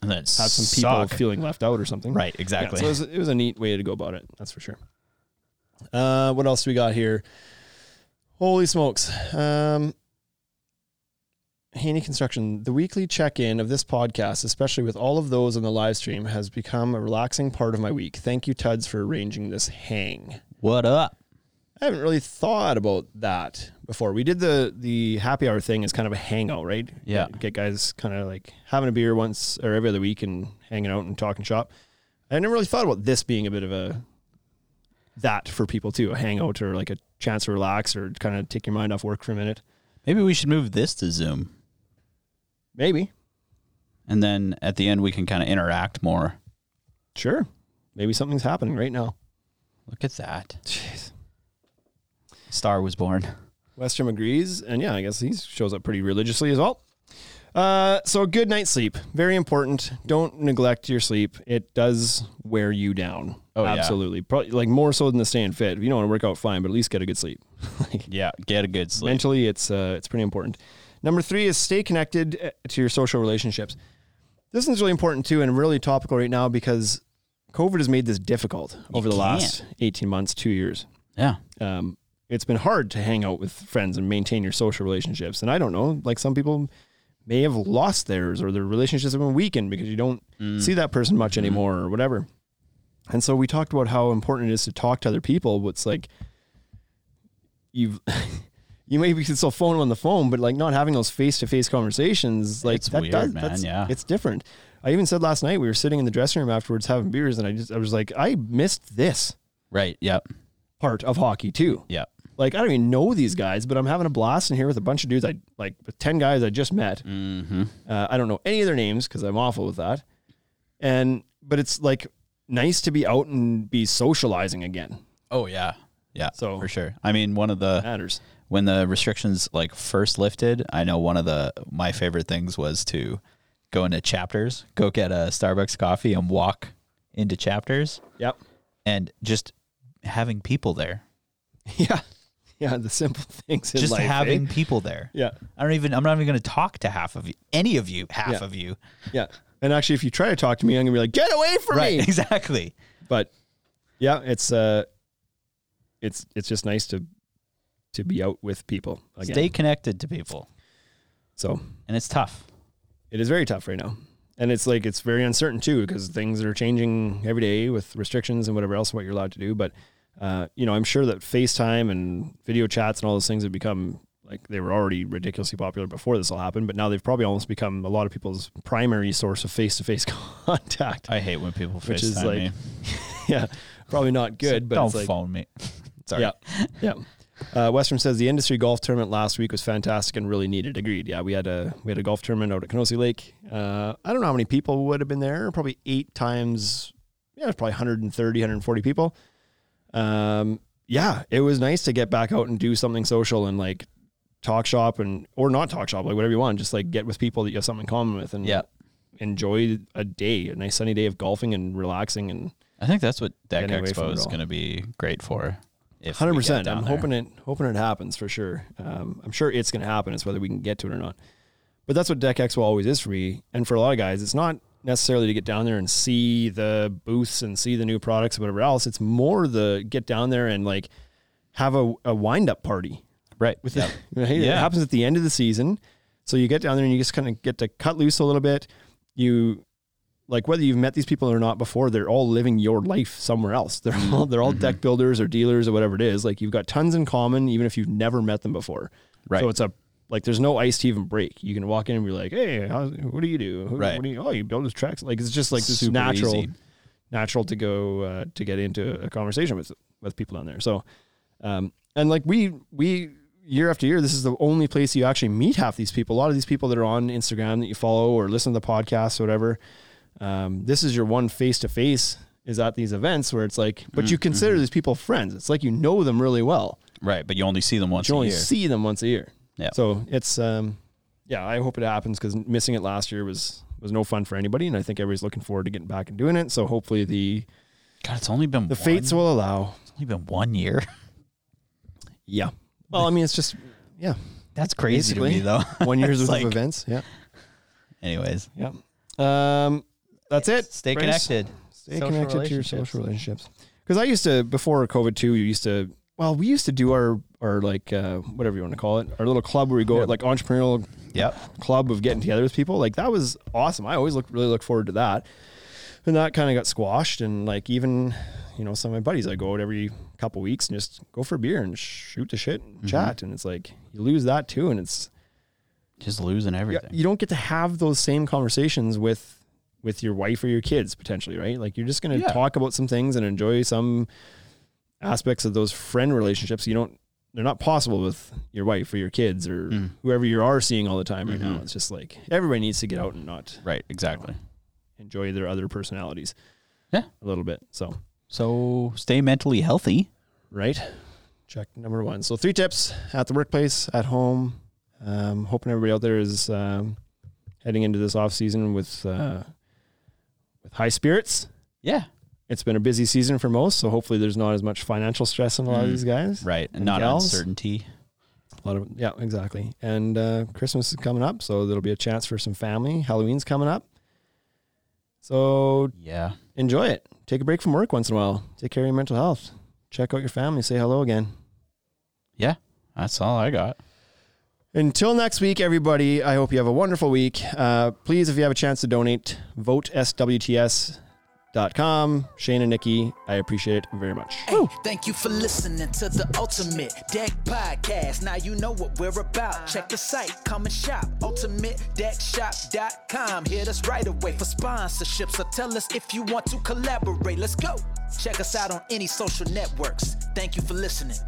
[SPEAKER 3] and then
[SPEAKER 1] have some people feeling left out or something.
[SPEAKER 3] Right,
[SPEAKER 1] Yeah,
[SPEAKER 3] exactly.
[SPEAKER 1] so it was, it was a neat way to go about it. That's for sure. Uh, what else do we got here? Holy smokes. Um, Haney Construction, the weekly check in of this podcast, especially with all of those on the live stream, has become a relaxing part of my week. Thank you, Tuds, for arranging this hang.
[SPEAKER 3] what up?
[SPEAKER 1] I haven't really thought about that before. We did the the happy hour thing as kind of a hangout, right?
[SPEAKER 3] Yeah.
[SPEAKER 1] Get guys kind of like having a beer once or every other week and hanging out and talking shop. I never really thought about this being a bit of a that for people too, a hangout or like a chance to relax or kind of take your mind off work for a minute.
[SPEAKER 3] Maybe we should move this to Zoom,
[SPEAKER 1] Maybe.
[SPEAKER 3] and then at the end we can kind of interact more.
[SPEAKER 1] Sure. Maybe something's happening right now.
[SPEAKER 3] Look at that.
[SPEAKER 1] Jeez.
[SPEAKER 3] Star was born.
[SPEAKER 1] Westrom agrees, and yeah, I guess he shows up pretty religiously as well. Uh, so good night's sleep, very important. Don't neglect your sleep; it does wear you down.
[SPEAKER 3] Oh, yeah.
[SPEAKER 1] absolutely. Probably like more so than the staying fit. If you don't want to work out, fine, but at least get a good sleep. Like,
[SPEAKER 3] Yeah, get a good sleep.
[SPEAKER 1] mentally, it's uh, it's pretty important. Number three is stay connected uh, to your social relationships. This one's really important too, and really topical right now because COVID has made this difficult over the last eighteen months, two years
[SPEAKER 3] Yeah.
[SPEAKER 1] um, it's been hard to hang out with friends and maintain your social relationships. And I don't know, like some people may have lost theirs or their relationships have been weakened because you don't see that person much anymore or whatever. And so we talked about how important it is to talk to other people. But it's like you've you maybe can still phone them on the phone, but like not having those face to face conversations, like
[SPEAKER 3] It's weird, man,
[SPEAKER 1] that's-
[SPEAKER 3] yeah.
[SPEAKER 1] it's different. I even said last night we were sitting in the dressing room afterwards having beers, and I just I was like, I missed this
[SPEAKER 3] Right. Yep.
[SPEAKER 1] part of hockey too
[SPEAKER 3] Yep.
[SPEAKER 1] like I don't even know these guys, but I'm having a blast in here with a bunch of dudes I like with ten guys I just met.
[SPEAKER 3] Mm-hmm.
[SPEAKER 1] Uh, I don't know any of their names because I'm awful with that. And but it's like nice to be out and be socializing again.
[SPEAKER 3] Oh yeah. Yeah.
[SPEAKER 1] So-
[SPEAKER 3] for sure. I mean, one of the
[SPEAKER 1] Matters.
[SPEAKER 3] when the restrictions like first lifted, I know one of the my favorite things was to go into chapters, go get a Starbucks coffee and walk into chapters
[SPEAKER 1] Yep.
[SPEAKER 3] and just having people there.
[SPEAKER 1] Yeah. Yeah. The simple things. In
[SPEAKER 3] Just
[SPEAKER 1] life, eh?
[SPEAKER 3] having people there.
[SPEAKER 1] Yeah.
[SPEAKER 3] I don't even I'm not even gonna talk to half of you any of you, half
[SPEAKER 1] Yeah.
[SPEAKER 3] of you.
[SPEAKER 1] Yeah. And actually, if you try to talk to me, I'm gonna be like, get away from me.
[SPEAKER 3] Exactly.
[SPEAKER 1] But yeah, it's uh, it's it's just nice to to be out with people again.
[SPEAKER 3] Stay connected to people.
[SPEAKER 1] so
[SPEAKER 3] And it's tough.
[SPEAKER 1] it is very tough right now. And it's like it's very uncertain too because things are changing every day with restrictions and whatever else what you're allowed to do. But uh, you know, I'm sure that FaceTime and video chats and all those things have become like they were already ridiculously popular before this all happened, but now they've probably almost become a lot of people's primary source of face-to-face contact.
[SPEAKER 3] I hate when people
[SPEAKER 1] Which is
[SPEAKER 3] FaceTime
[SPEAKER 1] like-
[SPEAKER 3] me.
[SPEAKER 1] yeah, probably not good, but
[SPEAKER 3] don't
[SPEAKER 1] it's like,
[SPEAKER 3] phone me. Sorry.
[SPEAKER 1] Yeah, yeah. Uh, Western says the industry golf tournament last week was fantastic and really needed. Agreed. Yeah, we had a we had a golf tournament out at Kenosi Lake. Uh, I don't know how many people would have been there. Probably eight times. Yeah, it was probably 130, 140 people. Um, yeah, it was nice to get back out and do something social and like talk shop and or not talk shop, like whatever you want. Just like get with people that you have something in common with and
[SPEAKER 3] Yeah.
[SPEAKER 1] enjoy a day, a nice sunny day of golfing and relaxing and
[SPEAKER 3] I think that's what Deck
[SPEAKER 1] Getting away from
[SPEAKER 3] Expo
[SPEAKER 1] it
[SPEAKER 3] is
[SPEAKER 1] all.
[SPEAKER 3] going to be great for. If we
[SPEAKER 1] Hundred
[SPEAKER 3] get
[SPEAKER 1] percent.
[SPEAKER 3] down
[SPEAKER 1] I'm
[SPEAKER 3] there.
[SPEAKER 1] hoping it hoping it happens for sure. Um, I'm sure it's going to happen. It's whether we can get to it or not. But that's what Deck Expo always is for me, and for a lot of guys, it's not necessarily to get down there and see the booths and see the new products and whatever else. It's more the get down there and like have a, a wind up party.
[SPEAKER 3] right
[SPEAKER 1] With
[SPEAKER 3] yeah.
[SPEAKER 1] the, Hey, it
[SPEAKER 3] Yeah.
[SPEAKER 1] happens at the end of the season, so you get down there and you just kind of get to cut loose a little bit. You like whether you've met these people or not before, they're all living your life somewhere else. They're
[SPEAKER 3] Mm-hmm.
[SPEAKER 1] all they're all deck builders or dealers or whatever it is. Like you've got tons in common, even if you've never met them before.
[SPEAKER 3] Right.
[SPEAKER 1] So it's a like there's no ice to even break. You can walk in and be like, hey, how, what do you do? Who-
[SPEAKER 3] Right.
[SPEAKER 1] What do you? Oh, you build this tracks. Like it's just like this
[SPEAKER 3] Super
[SPEAKER 1] natural,
[SPEAKER 3] easy.
[SPEAKER 1] natural to go uh, to get into a conversation with with people down there. So, um, and like we we year after year, this is the only place you actually meet half these people. A lot of these people that are on Instagram that you follow or listen to the podcast or whatever um, this is your one face to face is at these events where it's like, but
[SPEAKER 3] Mm-hmm.
[SPEAKER 1] you consider these people friends. It's like you know them really well.
[SPEAKER 3] right, but you only see them once
[SPEAKER 1] You
[SPEAKER 3] a
[SPEAKER 1] only
[SPEAKER 3] year.
[SPEAKER 1] see them once a year.
[SPEAKER 3] Yeah.
[SPEAKER 1] So it's, um, yeah, I hope it happens because missing it last year was was no fun for anybody, and I think everybody's looking forward to getting back and doing it. So hopefully the
[SPEAKER 3] God, it's only been
[SPEAKER 1] the
[SPEAKER 3] one,
[SPEAKER 1] fates will allow.
[SPEAKER 3] it's only been one year.
[SPEAKER 1] Yeah. Well, I mean, it's just yeah,
[SPEAKER 3] That's crazy
[SPEAKER 1] Basically.
[SPEAKER 3] to me though.
[SPEAKER 1] one year's worth
[SPEAKER 3] It's
[SPEAKER 1] of
[SPEAKER 3] like-
[SPEAKER 1] events. Yeah.
[SPEAKER 3] Anyways,
[SPEAKER 1] Yeah. Um, that's it.
[SPEAKER 3] stay
[SPEAKER 1] Bryce.
[SPEAKER 3] connected.
[SPEAKER 1] Stay
[SPEAKER 3] Social
[SPEAKER 1] connected to your social
[SPEAKER 3] relationships.
[SPEAKER 1] relationships. Because I used to before COVID too. You used to well, we used to do our our like uh, whatever you want to call it, our little club where we go like entrepreneurial
[SPEAKER 3] Yep.
[SPEAKER 1] club of getting together with people. Like that was awesome. I always look really look forward to that. And that kind of got squashed. And like even you know some of my buddies, I go out every couple weeks and just go for a beer and shoot the shit
[SPEAKER 3] Mm-hmm.
[SPEAKER 1] and chat. And it's like you lose that too. And it's
[SPEAKER 3] Just losing
[SPEAKER 1] yeah,
[SPEAKER 3] everything.
[SPEAKER 1] you don't get to have those same conversations with with your wife or your kids potentially, right? Like you're just going to
[SPEAKER 3] Yeah.
[SPEAKER 1] talk about some things and enjoy some aspects of those friend relationships you don't they're not possible with your wife or your kids or
[SPEAKER 3] Hmm.
[SPEAKER 1] whoever you are seeing all the time right
[SPEAKER 3] Mm-hmm.
[SPEAKER 1] now. It's just like everybody needs to get out and not
[SPEAKER 3] Right. Exactly.
[SPEAKER 1] enjoy their other personalities.
[SPEAKER 3] Yeah.
[SPEAKER 1] A little bit. So,
[SPEAKER 3] So stay mentally healthy.
[SPEAKER 1] right? Check number one. So, three tips at the workplace, at home. Um, hoping everybody out there is um, heading into this off season with uh, with high spirits.
[SPEAKER 3] Yeah.
[SPEAKER 1] It's been a busy season for most, so hopefully there's not as much financial stress on a lot of these guys.
[SPEAKER 3] Right. And
[SPEAKER 1] And
[SPEAKER 3] not
[SPEAKER 1] gals.
[SPEAKER 3] uncertainty.
[SPEAKER 1] A lot of yeah, exactly. And uh, Christmas is coming up, so there'll be a chance for some family. Halloween's coming up, so
[SPEAKER 3] Yeah.
[SPEAKER 1] enjoy it. Take a break from work once in a while. Take care of your mental health. Check out your family. Say hello again.
[SPEAKER 3] Yeah. That's all I got.
[SPEAKER 1] Until next week, everybody. I hope you have a wonderful week. Uh, please, if you have a chance to donate, vote swts.com. Shane and Nikki, I appreciate it very much.
[SPEAKER 2] Hey, thank you for listening to the Ultimate Deck Podcast. Now you know what we're about. Check the site, come and shop. UltimateDeckShop.com. Hit us right away for sponsorships or tell us if you want to collaborate. Let's go. Check us out on any social networks. Thank you for listening.